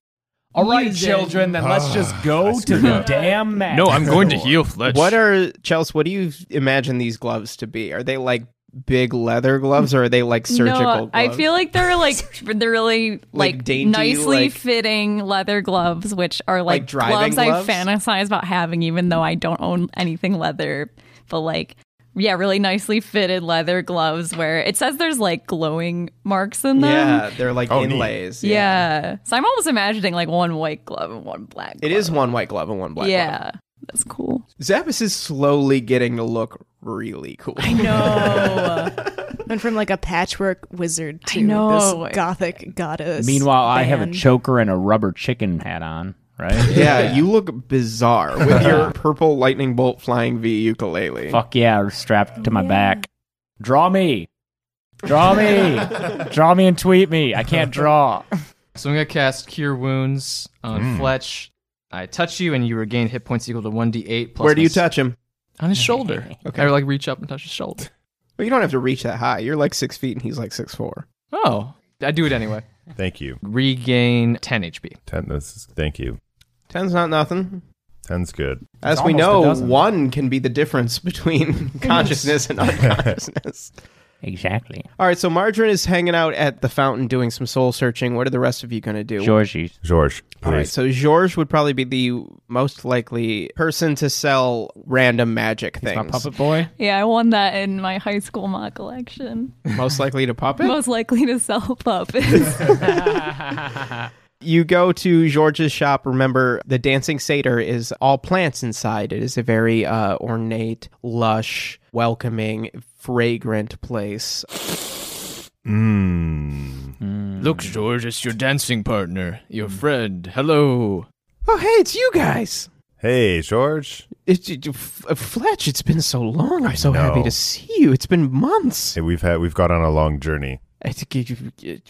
All right, children, then let's
<sighs>
just go to the damn match.
No, I'm going to heal Fletch.
<laughs> What are Chelsea? What do you imagine these gloves to be? Are they like big leather gloves, or are they like surgical?
no,
gloves?
I feel
<laughs>
like they're like they're really like,
dainty,
nicely
like-
fitting leather gloves, which are like,
Like driving gloves?
I fantasize about having, even though I don't own anything leather. But like, yeah, really nicely fitted leather gloves where it says there's like glowing marks in them. <laughs>
yeah, they're like
Oh, neat.
inlays.
Yeah. So I'm almost imagining like one white glove and one black.
It is one white glove and one black glove.
yeah. That's cool.
Zappis is slowly getting to look really cool. I
know.
Went from like a patchwork wizard to
know.
this gothic goddess.
Meanwhile, I have a
band. <laughs>
choker and a rubber chicken hat on, right?
<laughs> Yeah, you look bizarre with
<laughs>
<laughs>
your purple lightning bolt flying V ukulele.
Fuck yeah, we're strapped to my back. Draw me.
<laughs>
Draw me. draw me and tweet me. I can't draw.
So I'm gonna cast Cure Wounds on
Hmm.
Mm.
Fletch. I touch you, and you regain hit points equal to one d8. Plus
Where do you
my-
touch him?
On his shoulder. okay. I like reach up and touch his shoulder.
Well, you don't have to reach that high. You're like six feet and he's like six four.
Oh, I do it anyway.
Thank you.
Regain 10 HP.
Ten, this is- thank you.
Ten's not nothing.
Ten's good.
As we know, one can be the <laughs> difference between consciousness and unconsciousness.
<laughs> Exactly.
All right, so Margarine is hanging out at the fountain doing some soul searching. What are the rest of you going to do?
Georgie.
George,
All right,
please.
so George would probably be the most likely person to sell random magic things.
My puppet boy.
Yeah, I won that in my high school mock election.
<laughs> most likely to puppet?
Most likely to sell
<laughs>
puppets.
You go to George's shop. Remember, the dancing satyr is all plants inside. It is a very uh, ornate, lush, welcoming, fragrant place. Hmm.
Mm.
Look, George, it's your dancing partner, your friend. Hello.
Oh, hey, it's you guys.
Hey, George.
It's it, F- Fletch, it's been so long. I'm so happy
No.
to see you. It's been months.
Hey, we've had we've got on a long journey.
I, think you- you-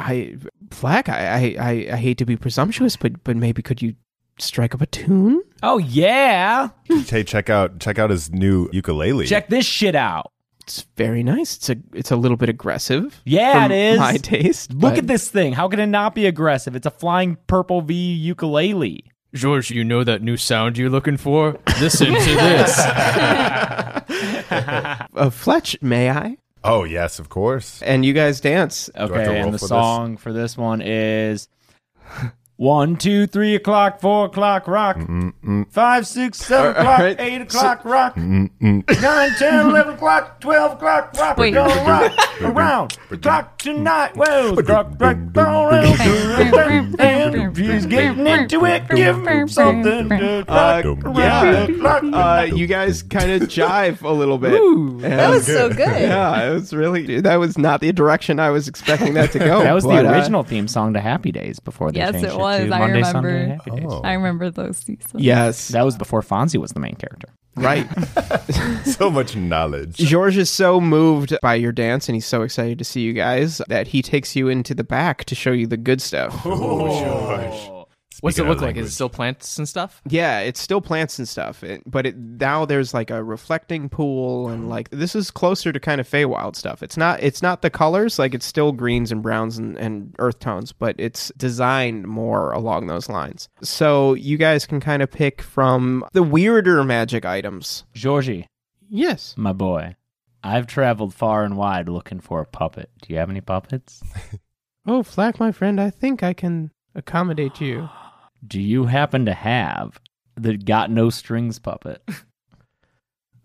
I Flack, I, I, I- I hate to be presumptuous, but but maybe could you strike up a <laughs> tune?
Oh yeah.
<laughs> hey, check out check out his new ukulele.
Check this shit out.
It's very nice. It's a it's a little bit aggressive.
Yeah,
for
it is.
My taste.
Look
but-
at this thing. How can it not be aggressive? It's a flying purple V ukulele.
George, you know that new sound you're looking for? Listen to this.
<laughs> uh, Fletch, may I?
Oh yes, of course.
And you guys dance.
I have to
Okay,
roll
and the
for this?
song for this one is <laughs> one, two, three o'clock, four o'clock, rock.
Mm-mm.
Five, six, seven
All
o'clock,
right.
eight o'clock, rock.
Mm-mm.
Nine, ten, eleven o'clock, twelve o'clock, rock. We're
Wait.
gonna rock around the clock tonight. Well, the clock, clock, clock, and she's getting into it. Give me something to
Uh,
rock
yeah.
around the clock.
Uh, you guys kind <laughs> of jive a little bit.
That was so good.
Yeah, it was really. That was not the direction I was expecting <laughs> that to go.
That was
but,
the
uh,
original theme song to Happy Days before they
yes,
changed
it was.
to
I
Monday, Sunday, Oh.
remember.
Happy
Oh.
Days.
I remember those seasons.
yes,
That was before Fonzie was the main character.
right.
<laughs> so much knowledge.
George is so moved by your dance, and he's so excited to see you guys that he takes you into the back to show you the good <laughs> stuff.
What's it
Speaking
look
our
like? Is it still plants and stuff?
Yeah, it's still plants and stuff, it, but it, now there's like a reflecting pool and like this is closer to kind of Feywild stuff. It's not it's not the colors like it's still greens and browns and, and earth tones, but it's designed more along those lines. So you guys can kind of pick from the weirder magic items.
Georgie,
Yes.
my boy, I've traveled far and wide looking for a puppet. Do you have any puppets?
Oh, Flack, my friend, I think I can accommodate you.
Do you happen to have the Got No Strings <laughs> puppet?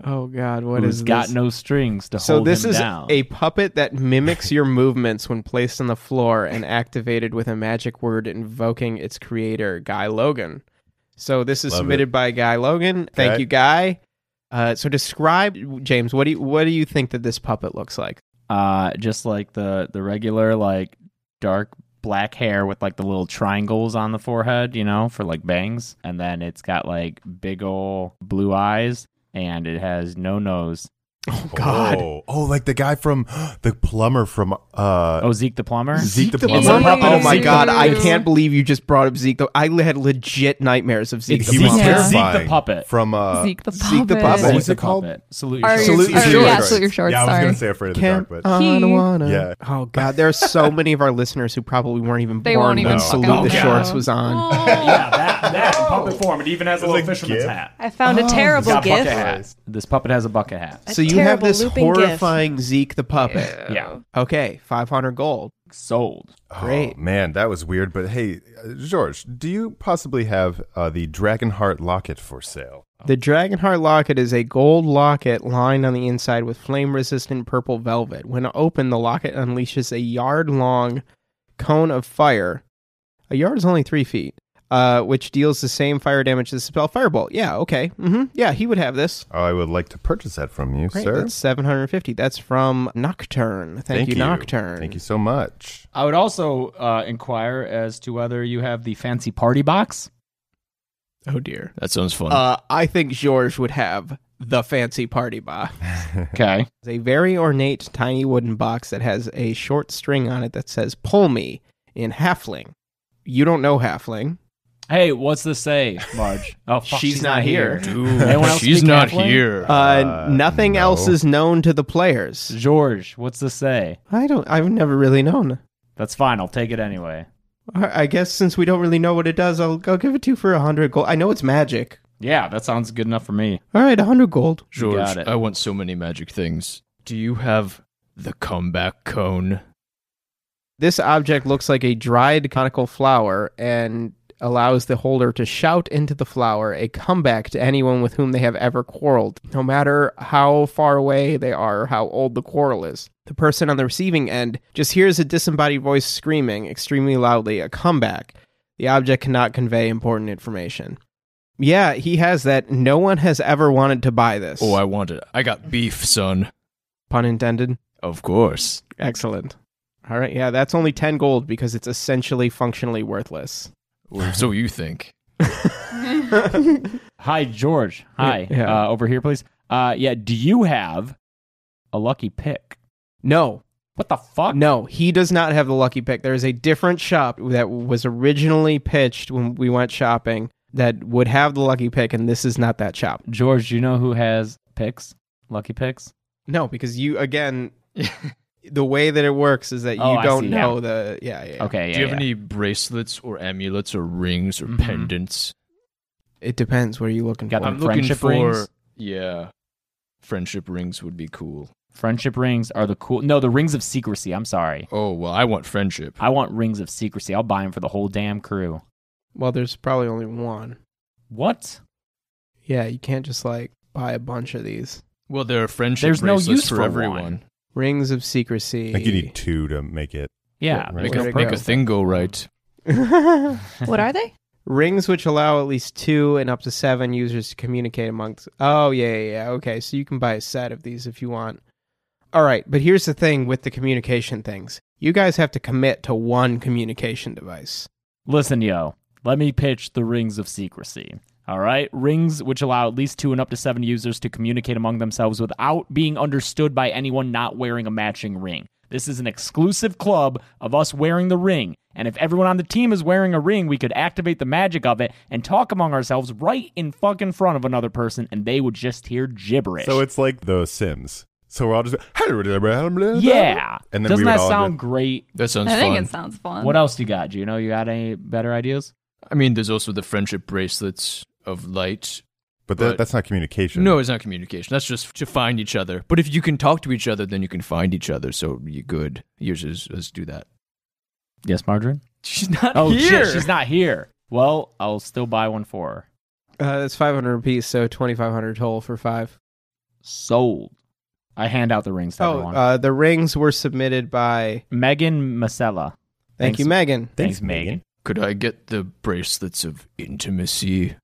Oh God, what
who's
is
got
this?
no strings to
So
hold
this
him
is
down?
a puppet that mimics
<laughs>
your movements when placed on the floor and activated with a magic word invoking its creator, Guy Logan. So this is
Love
submitted by Guy Logan. Thank
Okay.
you, Guy. Uh, so describe, James. What do you, what do you think that this puppet looks like?
uh, just like the the regular like dark black hair with like the little triangles on the forehead, you know, for like bangs. And then it's got like big ol' blue eyes and it has no nose. <laughs> Oh,
God. Oh, oh, like the guy from the plumber from uh
Oh, Zeke the plumber?
Zeke the
Oh
plumber.
my, god, I can't believe you just brought up Zeke. Though I had legit nightmares of Zeke.
He was
Puppet.
terrifying.
Zeke the puppet.
From uh
Zeke the
Zeke the
Puppet.
Puppet.
What
Zeke
was
the
it called?
Puppet.
Salute
Are
your
you-
Salute
are
your
you-
shorts.
yeah, salute your shorts,
Yeah, I was
sorry.
gonna say afraid of the dark, but
He-
Anwana.
Yeah.
Oh god, there are so many of our listeners who probably weren't even
They
born
won't
when
even
Salute
fucking
the
know.
Shorts was on.
yeah, that, that in puppet form. It even has a little fisherman's
gift?
hat.
I found a
It's
terrible
got a
gift.
bucket hat. This puppet has a bucket hat.
A
so you have
terrible
this
looping gif.
horrifying Zeke the puppet.
Yeah.
Okay, 500 gold.
Sold.
Great.
Oh, man, that was weird. But hey, uh, George, do you possibly have uh, the Dragonheart locket for sale?
The Dragonheart locket is a gold locket lined on the inside with flame resistant purple velvet. When opened, the locket unleashes a yard long cone of fire. A yard is only three feet, uh, which deals the same fire damage as the spell Firebolt. Yeah, okay. hmm Yeah, he would have this.
Oh, I would like to purchase that from you,
Great,
sir.
that's 750. That's from Nocturne. Thank, you, Nocturne.
Thank you so much.
I would also uh, inquire as to whether you have the fancy party box.
Oh, dear.
That
<laughs>
sounds fun.
Uh, I think Georges would have the fancy
<laughs>
party box.
Okay.
It's a very ornate tiny wooden box that has a short string on it that says "Pull me" in halfling. You don't know halfling.
Hey, what's this say,
<laughs>
Marge? Oh, fuck,
She's not here.
<laughs> Dude,
Anyone else
she's
speak
not
halfling?
here.
Uh, nothing
no.
else is known to the players.
George, what's this say?
I don't. I've never really known.
That's fine. I'll take it anyway.
I I guess since we don't really know what it does, I'll, I'll give it to you for a hundred gold. I know it's magic.
Yeah, that sounds good enough for me.
All right, a hundred gold.
You
George,
got it.
I want so many magic things. Do you have the comeback cone?
This object looks like a dried conical flower and allows the holder to shout into the flower a comeback to anyone with whom they have ever quarreled, no matter how far away they are or how old the quarrel is. The person on the receiving end just hears a disembodied voice screaming extremely loudly a comeback. The object cannot convey important information. Yeah, he has that. No one has ever wanted to buy this.
Oh, I want it. I got beef, son.
Pun intended.
Of course.
Excellent. All right, yeah, that's only 10 gold because it's essentially functionally worthless.
Or so you think.
Hi, George. Hi.
Yeah, yeah.
Uh, over here, please. Uh, yeah, do you have a lucky pick?
No,
What the fuck?
no, he does not have the lucky pick. There is a different shop that was originally pitched when we went shopping that would have the lucky pick, and this is not that shop.
George, do you know who has picks? Lucky picks?
No, because you
<laughs>
again, the way that it works is that you
Oh, I
don't
see, yeah.
know the yeah yeah. yeah.
Okay, yeah.
Do you have
yeah.
any bracelets or amulets or rings or
Mm-hmm.
Mhm.
pendants?
It depends. What are you looking
Got
for?
them.
I'm looking
friendship
for
rings?
yeah. Friendship rings would be cool.
Friendship rings are the cool. No, the rings of secrecy. I'm sorry.
Oh, well, I want friendship.
I want rings of secrecy. I'll buy them for the whole damn crew.
Well, there's probably only one.
What?
Yeah, you can't just like buy a bunch of these
Well, there are friendship
There's no
bracelets
use for
for everyone.
one.
rings of secrecy.
I think you need two to make it.
Yeah.
Right.
Make,
Where'd
a,
it
make
go?
a thing go
<laughs>
right.
What are they?
Rings which allow at least two and up to seven users to communicate amongst. Oh, yeah, yeah, yeah. Okay, so you can buy a set of these if you want. All right, but here's the thing with the communication things you guys have to commit to one communication device.
Listen, yo, let me pitch the rings of secrecy. All right, rings which allow at least two and up to seven users to communicate among themselves without being understood by anyone not wearing a matching ring. This is an exclusive club of us wearing the ring. And if everyone on the team is wearing a ring, we could activate the magic of it and talk among ourselves right in fucking front of another person, and they would just hear gibberish.
So it's like the Sims. So we're all just
yeah.
And then we
Doesn't
would
that
all
sound
just-
great?
That sounds
I think
fun.
it sounds fun.
What else you got? Do you know you got any better ideas?
I mean, there's also the friendship bracelets of light.
But that,
But-
that's not communication.
No, it's not communication. That's just to find each other. But if you can talk to each other, then you can find each other. So you're good. Yours is, let's do that.
Yes, Margarine?
She's not
Oh
here.
shit, she's not here. Well, I'll still buy one for her.
Uh, that's 500 apiece, so 2,500 total for five.
Sold. I hand out the rings to
Oh,
everyone.
uh, the rings were submitted by.
Megan Masella.
Thank you, Megan.
Thanks, Megan.
Could I get the bracelets of intimacy?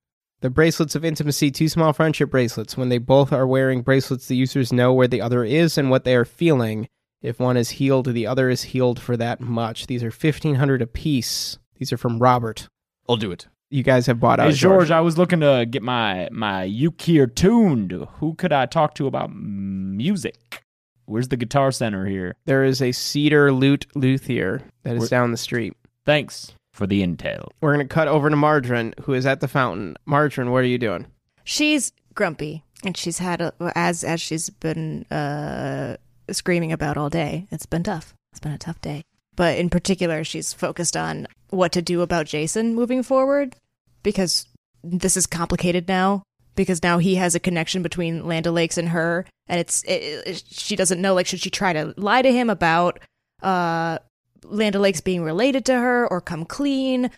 The bracelets of intimacy, two small friendship bracelets. When they both are wearing bracelets, the users know where the other is and what they are feeling. If one is healed, the other is healed for that much. These are 1500 apiece. These are from Robert.
I'll do it.
You guys have bought
Hey,
out
George, I was looking to get my my ukir tuned. Who could I talk to about music? Where's the guitar center here?
There is a cedar lute luthier that is
Where-
down the street.
Thanks for the intel.
We're going to cut over to Margarine, who is at the fountain. Margarine, what are you doing?
She's grumpy, and she's had a, as as she's been uh, screaming about all day. It's been tough. It's been a tough day. But in particular, she's focused on what to do about Jason moving forward because this is complicated now. Because now he has a connection between Land O'Lakes and her, and it's it, it- she doesn't know. Like, should she try to lie to him about uh, Land O'Lakes being related to her, or come clean?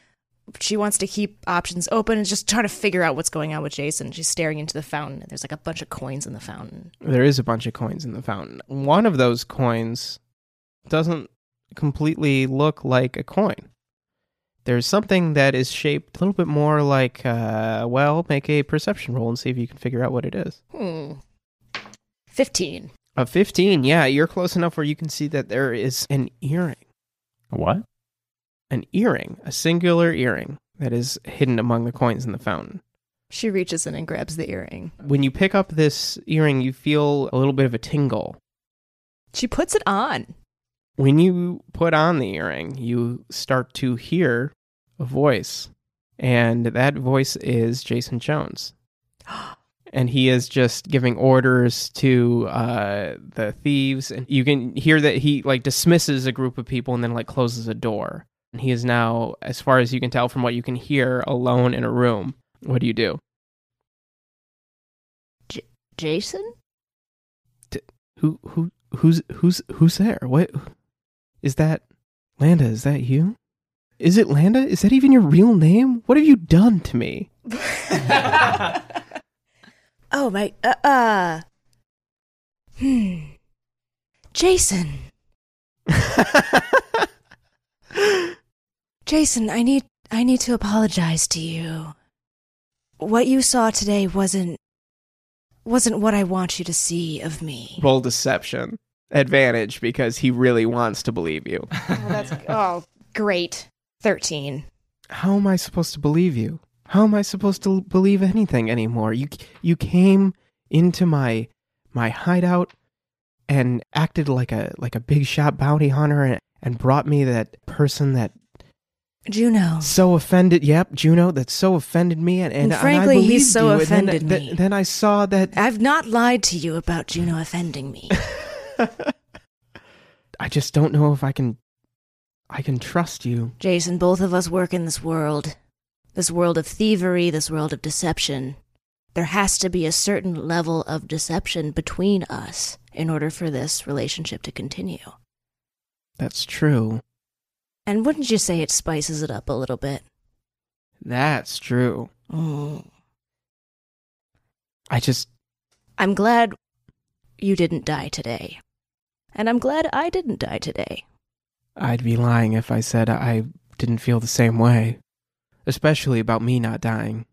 she wants to keep options open and just trying to figure out what's going on with Jason. She's staring into the fountain. and There's like a bunch of coins in the fountain.
There is a bunch of coins in the fountain. One of those coins doesn't completely look like a coin. There's something that is shaped a little bit more like, uh, well, make a perception roll and see if you can figure out what it is.
Hmm. 15.
A 15, yeah, you're close enough where you can see that there is an earring.
What?
An earring, a singular earring that is hidden among the coins in the fountain.
She reaches in and grabs the earring.
When you pick up this earring, you feel a little bit of a tingle.
She puts it on.
when you put on the earring, you start to hear a voice, and that voice is Jason Jones. And he is just giving orders to uh, the thieves, and you can hear that he like dismisses a group of people and then like closes a door. And he is now, as far as you can tell from what you can hear, alone in a room. What do you do?
Jason?
Who who who's who's who's there? What is that? Landa, is that you? Is it Landa? Is that even your real name? What have you done to me?
Oh my. Uh. uh. Hmm. Jason.
<laughs>
Jason, I need I need to apologize to you. What you saw today wasn't wasn't what I want you to see of me.
Roll deception. Advantage because he really wants to believe you.
Oh, that's oh great. Thirteen.
<sighs> How am I supposed to believe you? How am I supposed to believe anything anymore? You you came into my my hideout and acted like a like a big shot bounty hunter and, and brought me that person that
Juno.
so offended. Yep, Juno, that so offended me, and, and,
Oh. And frankly,
I
he's
believed
so
you, and
offended
then,
me.
Then, then I saw that
I've not lied to you about Juno offending me.
I just don't know if I can, I can trust you.
Jason, both of us work in this world. This world of thievery, this world of deception. There has to be a certain level of deception between us in order for this relationship to continue.
That's true.
And wouldn't you say it spices it up a little bit?
That's true.
Oh.
I just
I'm glad you didn't die today. And I'm glad I didn't die today.
I'd be lying if I said I didn't feel the same way, especially about me not dying.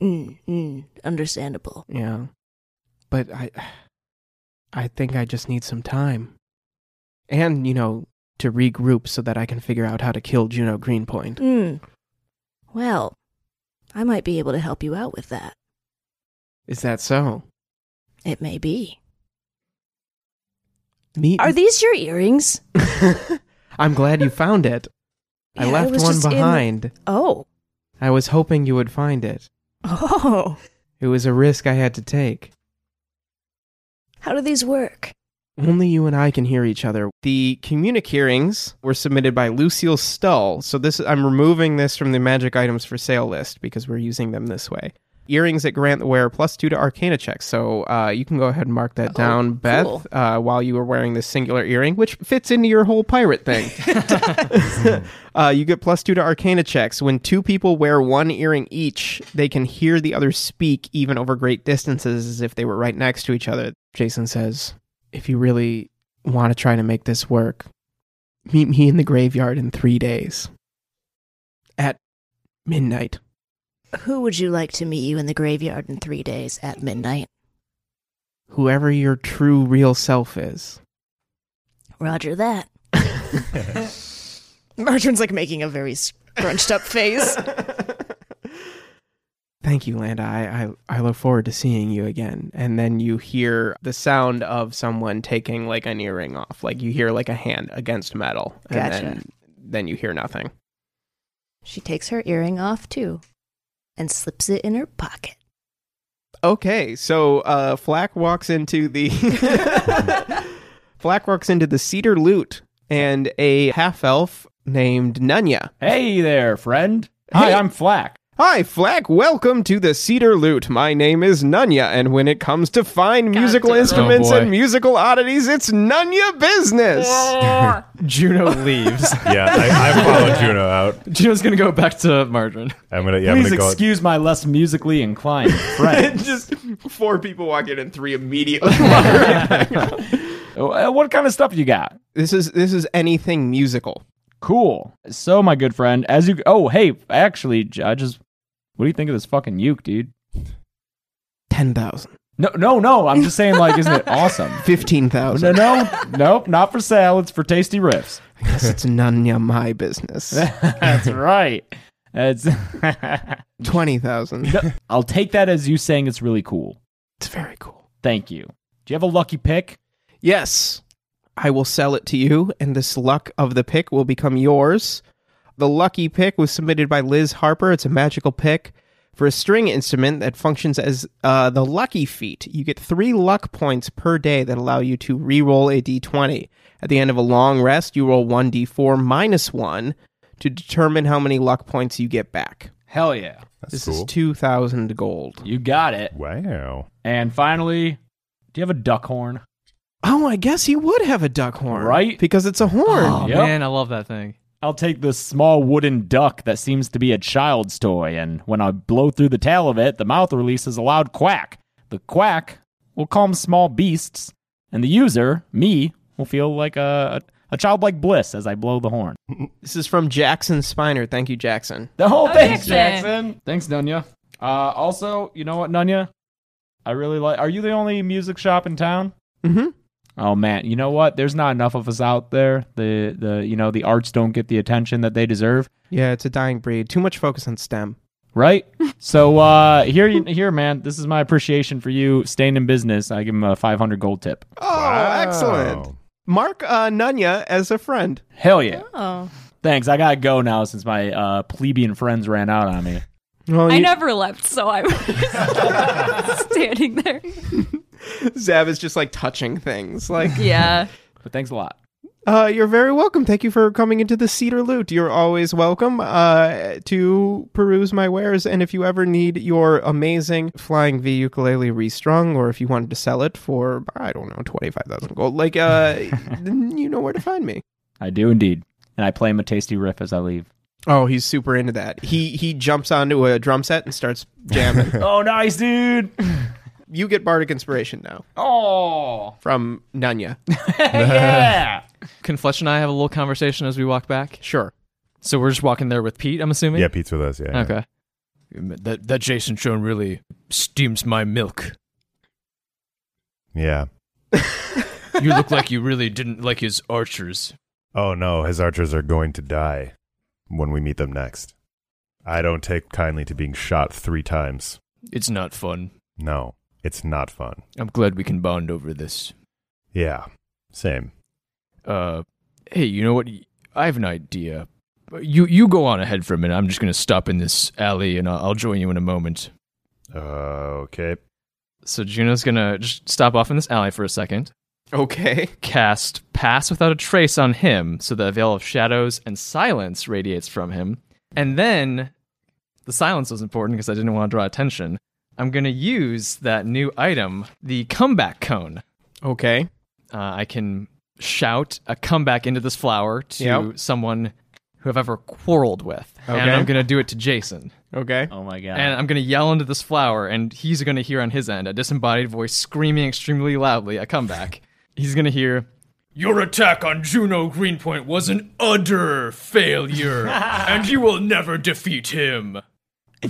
Mm, mm, understandable.
Yeah. But I I think I just need some time. And, you know, to regroup so that I can figure out how to kill Juno Greenpoint.
Mm. Well, I might be able to help you out with that.
Is that so?
It may be.
Me
Are these your earrings?
I'm glad you found it. I
Yeah, I
left
was
one
just in-
behind.
Oh. <laughs>
I was hoping you would find it.
Oh.
It was a risk I had to take.
How do these work?
Only you and I can hear each other. The communicarings were submitted by Lucille Stull. So this I'm removing this from the magic items for sale list because we're using them this way. Earrings that grant the wearer plus two to Arcana checks. So uh, you can go ahead and mark
Oh,
that down, Beth,
cool.
uh, while you were wearing this singular earring, which fits into your whole
<laughs>
pirate thing. uh, you get plus two to Arcana checks. When two people wear one earring each, they can hear the other speak even over great distances as if they were right next to each other. Jason says, if you really want to try to make this work, meet me in the graveyard in three days at midnight.
Who would you like to meet you in the graveyard in three days at midnight?
Whoever your true, real self is.
Roger that.
<laughs> Marjorie's like making a very scrunched up <laughs> face.
Thank you, Landa. I, I I look forward to seeing you again. And then you hear the sound of someone taking like an earring off. Like you hear like a hand against metal. And
Gotcha.
then, then you hear nothing.
She takes her earring off too and slips it in her pocket.
Okay, so uh, Flack walks into the <laughs> Flack walks into the cedar loot and a half elf named Nunya.
Hey there, friend. Hi, I'm Flack.
Hi, Flack. Welcome to the Cedar Loot. My name is Nunya, and when it comes to fine musical instruments
Oh, boy.
and musical oddities, it's Nunya business.
<laughs>
Juno leaves.
<laughs> yeah, I, I followed Juno out.
Juno's gonna go back to Margarine.
I'm gonna. Yeah, I'm
Please
gonna go.
excuse my less
<laughs>
musically inclined friend.
<laughs> Just four people walk in, and three
<laughs>
immediately.
Uh, <laughs> what kind of stuff you got?
This is this is anything musical.
Cool. So, my good friend, as you oh hey, actually, judges, what do you think of this fucking uke, dude?
Ten thousand.
No, no, no. I'm just saying, like,
<laughs>
isn't it awesome?
Fifteen
No,
thousand.
no, nope, not for sale. It's for tasty riffs.
I guess it's Nunya my business.
<laughs> That's right. That's <laughs>
Twenty thousand.
No, I'll take that as you saying it's really cool.
It's very cool.
Thank you. Do you have a lucky pick?
Yes, I will sell it to you, and this luck of the pick will become yours. The lucky pick was submitted by Liz Harper. It's a magical pick for a string instrument that functions as uh, the lucky feat. You get three luck points per day that allow you to re-roll a d20. At the end of a long rest, you roll one d4 minus one to determine how many luck points you get back.
Hell yeah.
this is two thousand gold.
You got it.
Wow.
And finally, do you have a duck horn?
Oh, I guess you would have a duck horn,
Right?
Because it's a horn.
Yep.
Man, I love that thing.
I'll take this small wooden duck that seems to be a child's toy, and when I blow through the tail of it, the mouth releases a loud quack. The quack will calm small beasts, and the user, me, will feel like a, a childlike bliss as I blow the horn.
This is from Jackson Spiner. Thank you, Jackson.
The whole
Oh,
thing,
Jackson.
Jackson. Thanks, Nunya. Uh, also, you know what, Nunya? I really like. Are you the only music shop in town?
Mm-hmm.
Oh man, you know what? There's not enough of us out there. The the you know the arts don't get the attention that they deserve,
Yeah, it's a dying breed. Too much focus on STEM.
right? <laughs> so uh, here you here, man. This is my appreciation for you staying in business. I give him a 500 gold tip.
Oh, excellent. Mark uh, Nunya as a friend.
Hell yeah!
Oh.
Thanks. I gotta go now since my uh, plebeian friends ran out on me. Oh,
Well,
I
you-
never left, so I was <laughs> standing there.
<laughs> Zav is just like touching things.
<laughs>
Like,
Yeah.
But thanks a lot.
uh, you're very welcome. Thank you for coming into the Cedar Loot. You're always welcome uh, to peruse my wares. And if you ever need your amazing Flying V ukulele restrung, or if you wanted to sell it for, I don't know, 25,000 gold, like, <laughs> uh, then you know where to find me.
I do indeed, and I play him a tasty riff as I leave.
Oh, he's super into that. He he jumps onto a drum set and starts jamming.
<laughs> oh, nice, dude.
you get bardic inspiration now
Oh.
from Nunya.
<laughs>
yeah.
Can Fletch and I have a little conversation as we walk back?
Sure.
So we're just walking there with Pete, I'm assuming?
Yeah, Pete's with us. Yeah.
Okay.
That that Jason Schoen really steams my milk.
Yeah.
You look like you really didn't like his archers.
Oh no, his archers are going to die when we meet them next. I don't take kindly to being shot three times.
It's not fun.
No, it's not fun.
I'm glad we can bond over this.
Yeah. Same.
Uh, hey, you know what? I have an idea. You you go on ahead for a minute. I'm just gonna stop in this alley, and I'll, I'll join you in a moment.
Uh, okay.
So Juno's gonna just stop off in this alley for a second,
Okay.
cast Pass Without a Trace on him, so the veil of shadows and silence radiates from him. And then the silence was important because I didn't want to draw attention. I'm gonna use that new item, the comeback cone.
Okay.
uh, I can shout a comeback into this flower to
Yep.
someone who I've ever quarreled with.
Okay.
And I'm going to do it to Jason.
Okay.
Oh my god.
And I'm going to yell into this flower, and he's going to hear on his end a disembodied voice screaming extremely loudly a
<laughs>
comeback. he's going to hear,
Your attack on Juno Greenpoint was an utter
<laughs>
failure, and you will never defeat him.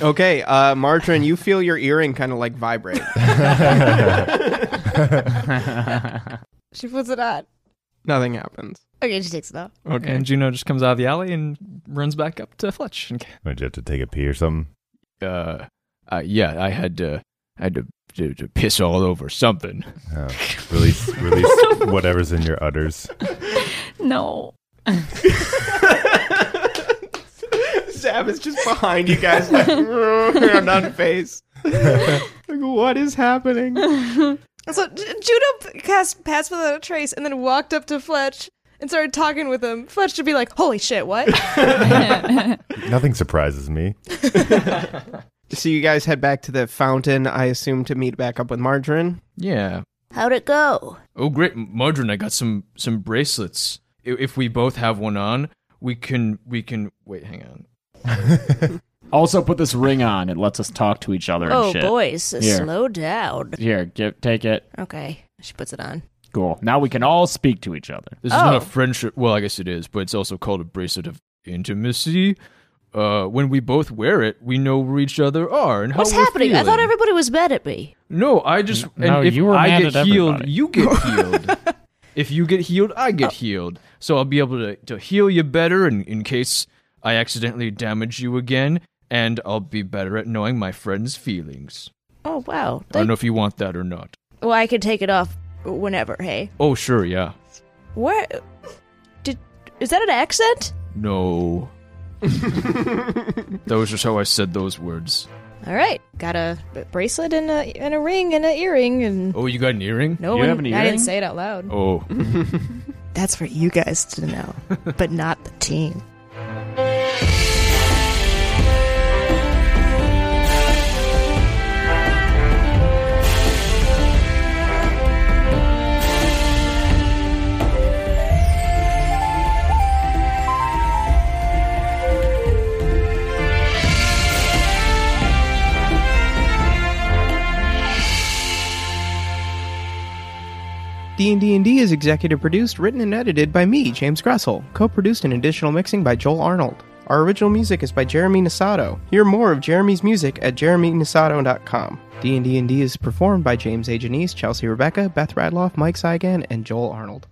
Okay. Uh, Martrin, you feel your earring kind of like vibrate.
She puts it on.
Nothing happens.
Okay, she takes it off.
Okay.
And Juno just comes out of the alley and runs back up to Fletch. And,
Might you have to take a pee or something?
Uh, uh yeah, I had to, I had to, to, to piss all over something.
Uh, release, release
<laughs>
whatever's in your udders.
No.
<laughs> Zab is just behind you guys, like <laughs> on face. like, what is happening?
<laughs> So J- Juno p- cast Pass Without a Trace and then walked up to Fletch and started talking with him. Fletch should be like, holy shit,
<laughs>
what?
Nothing surprises me.
So you guys head back to the fountain, I assume, to meet back up with Margarine.
Yeah.
How'd it go?
Oh, great, Margarine! I got some some bracelets. I- If we both have one on, we can we can wait. Hang on.
Also, put this ring on. It lets us talk to each other and
Oh,
shit.
boys,
Here.
slow down.
Here, give, take it.
Okay, she puts it on.
Cool. Now we can all speak to each other.
This is not
Oh.
a friendship. Well, I guess it is, but it's also called a bracelet of intimacy. Uh, when we both wear it, we know where each other are and how
What's
we're
happening? I
feeling.
thought everybody was mad at me.
No, I just and
no,
if
you were
I
mad
get
at
healed,
everybody. <laughs>
you get healed. if you get healed, I
Oh.
get healed. So I'll be able to, to heal you better in, in case I accidentally damage you again, and I'll be better at knowing my friend's feelings.
Oh, wow.
I don't know if you want that or not.
Well, I could take it off whenever, hey?
Oh sure, yeah.
Where did is that an
<laughs>
accent?
No. that was just how I said those words.
<laughs> All right, got a b- bracelet and a and a ring and an earring and
Oh, you got an earring?
no one. I didn't say it out loud. Mm-hmm.
Oh.
That's for you guys to know, but not the team.
D&D and D is executive produced, written and edited by me, James Gressel. Co-produced and additional mixing by Joel Arnold. Our original music is by Jeremy Nisato. Hear more of Jeremy's music at jeremynisato.com. D&D and D is performed by James A. Janice, Chelsea Rebecca, Beth Radloff, Mike Seigan, and Joel Arnold.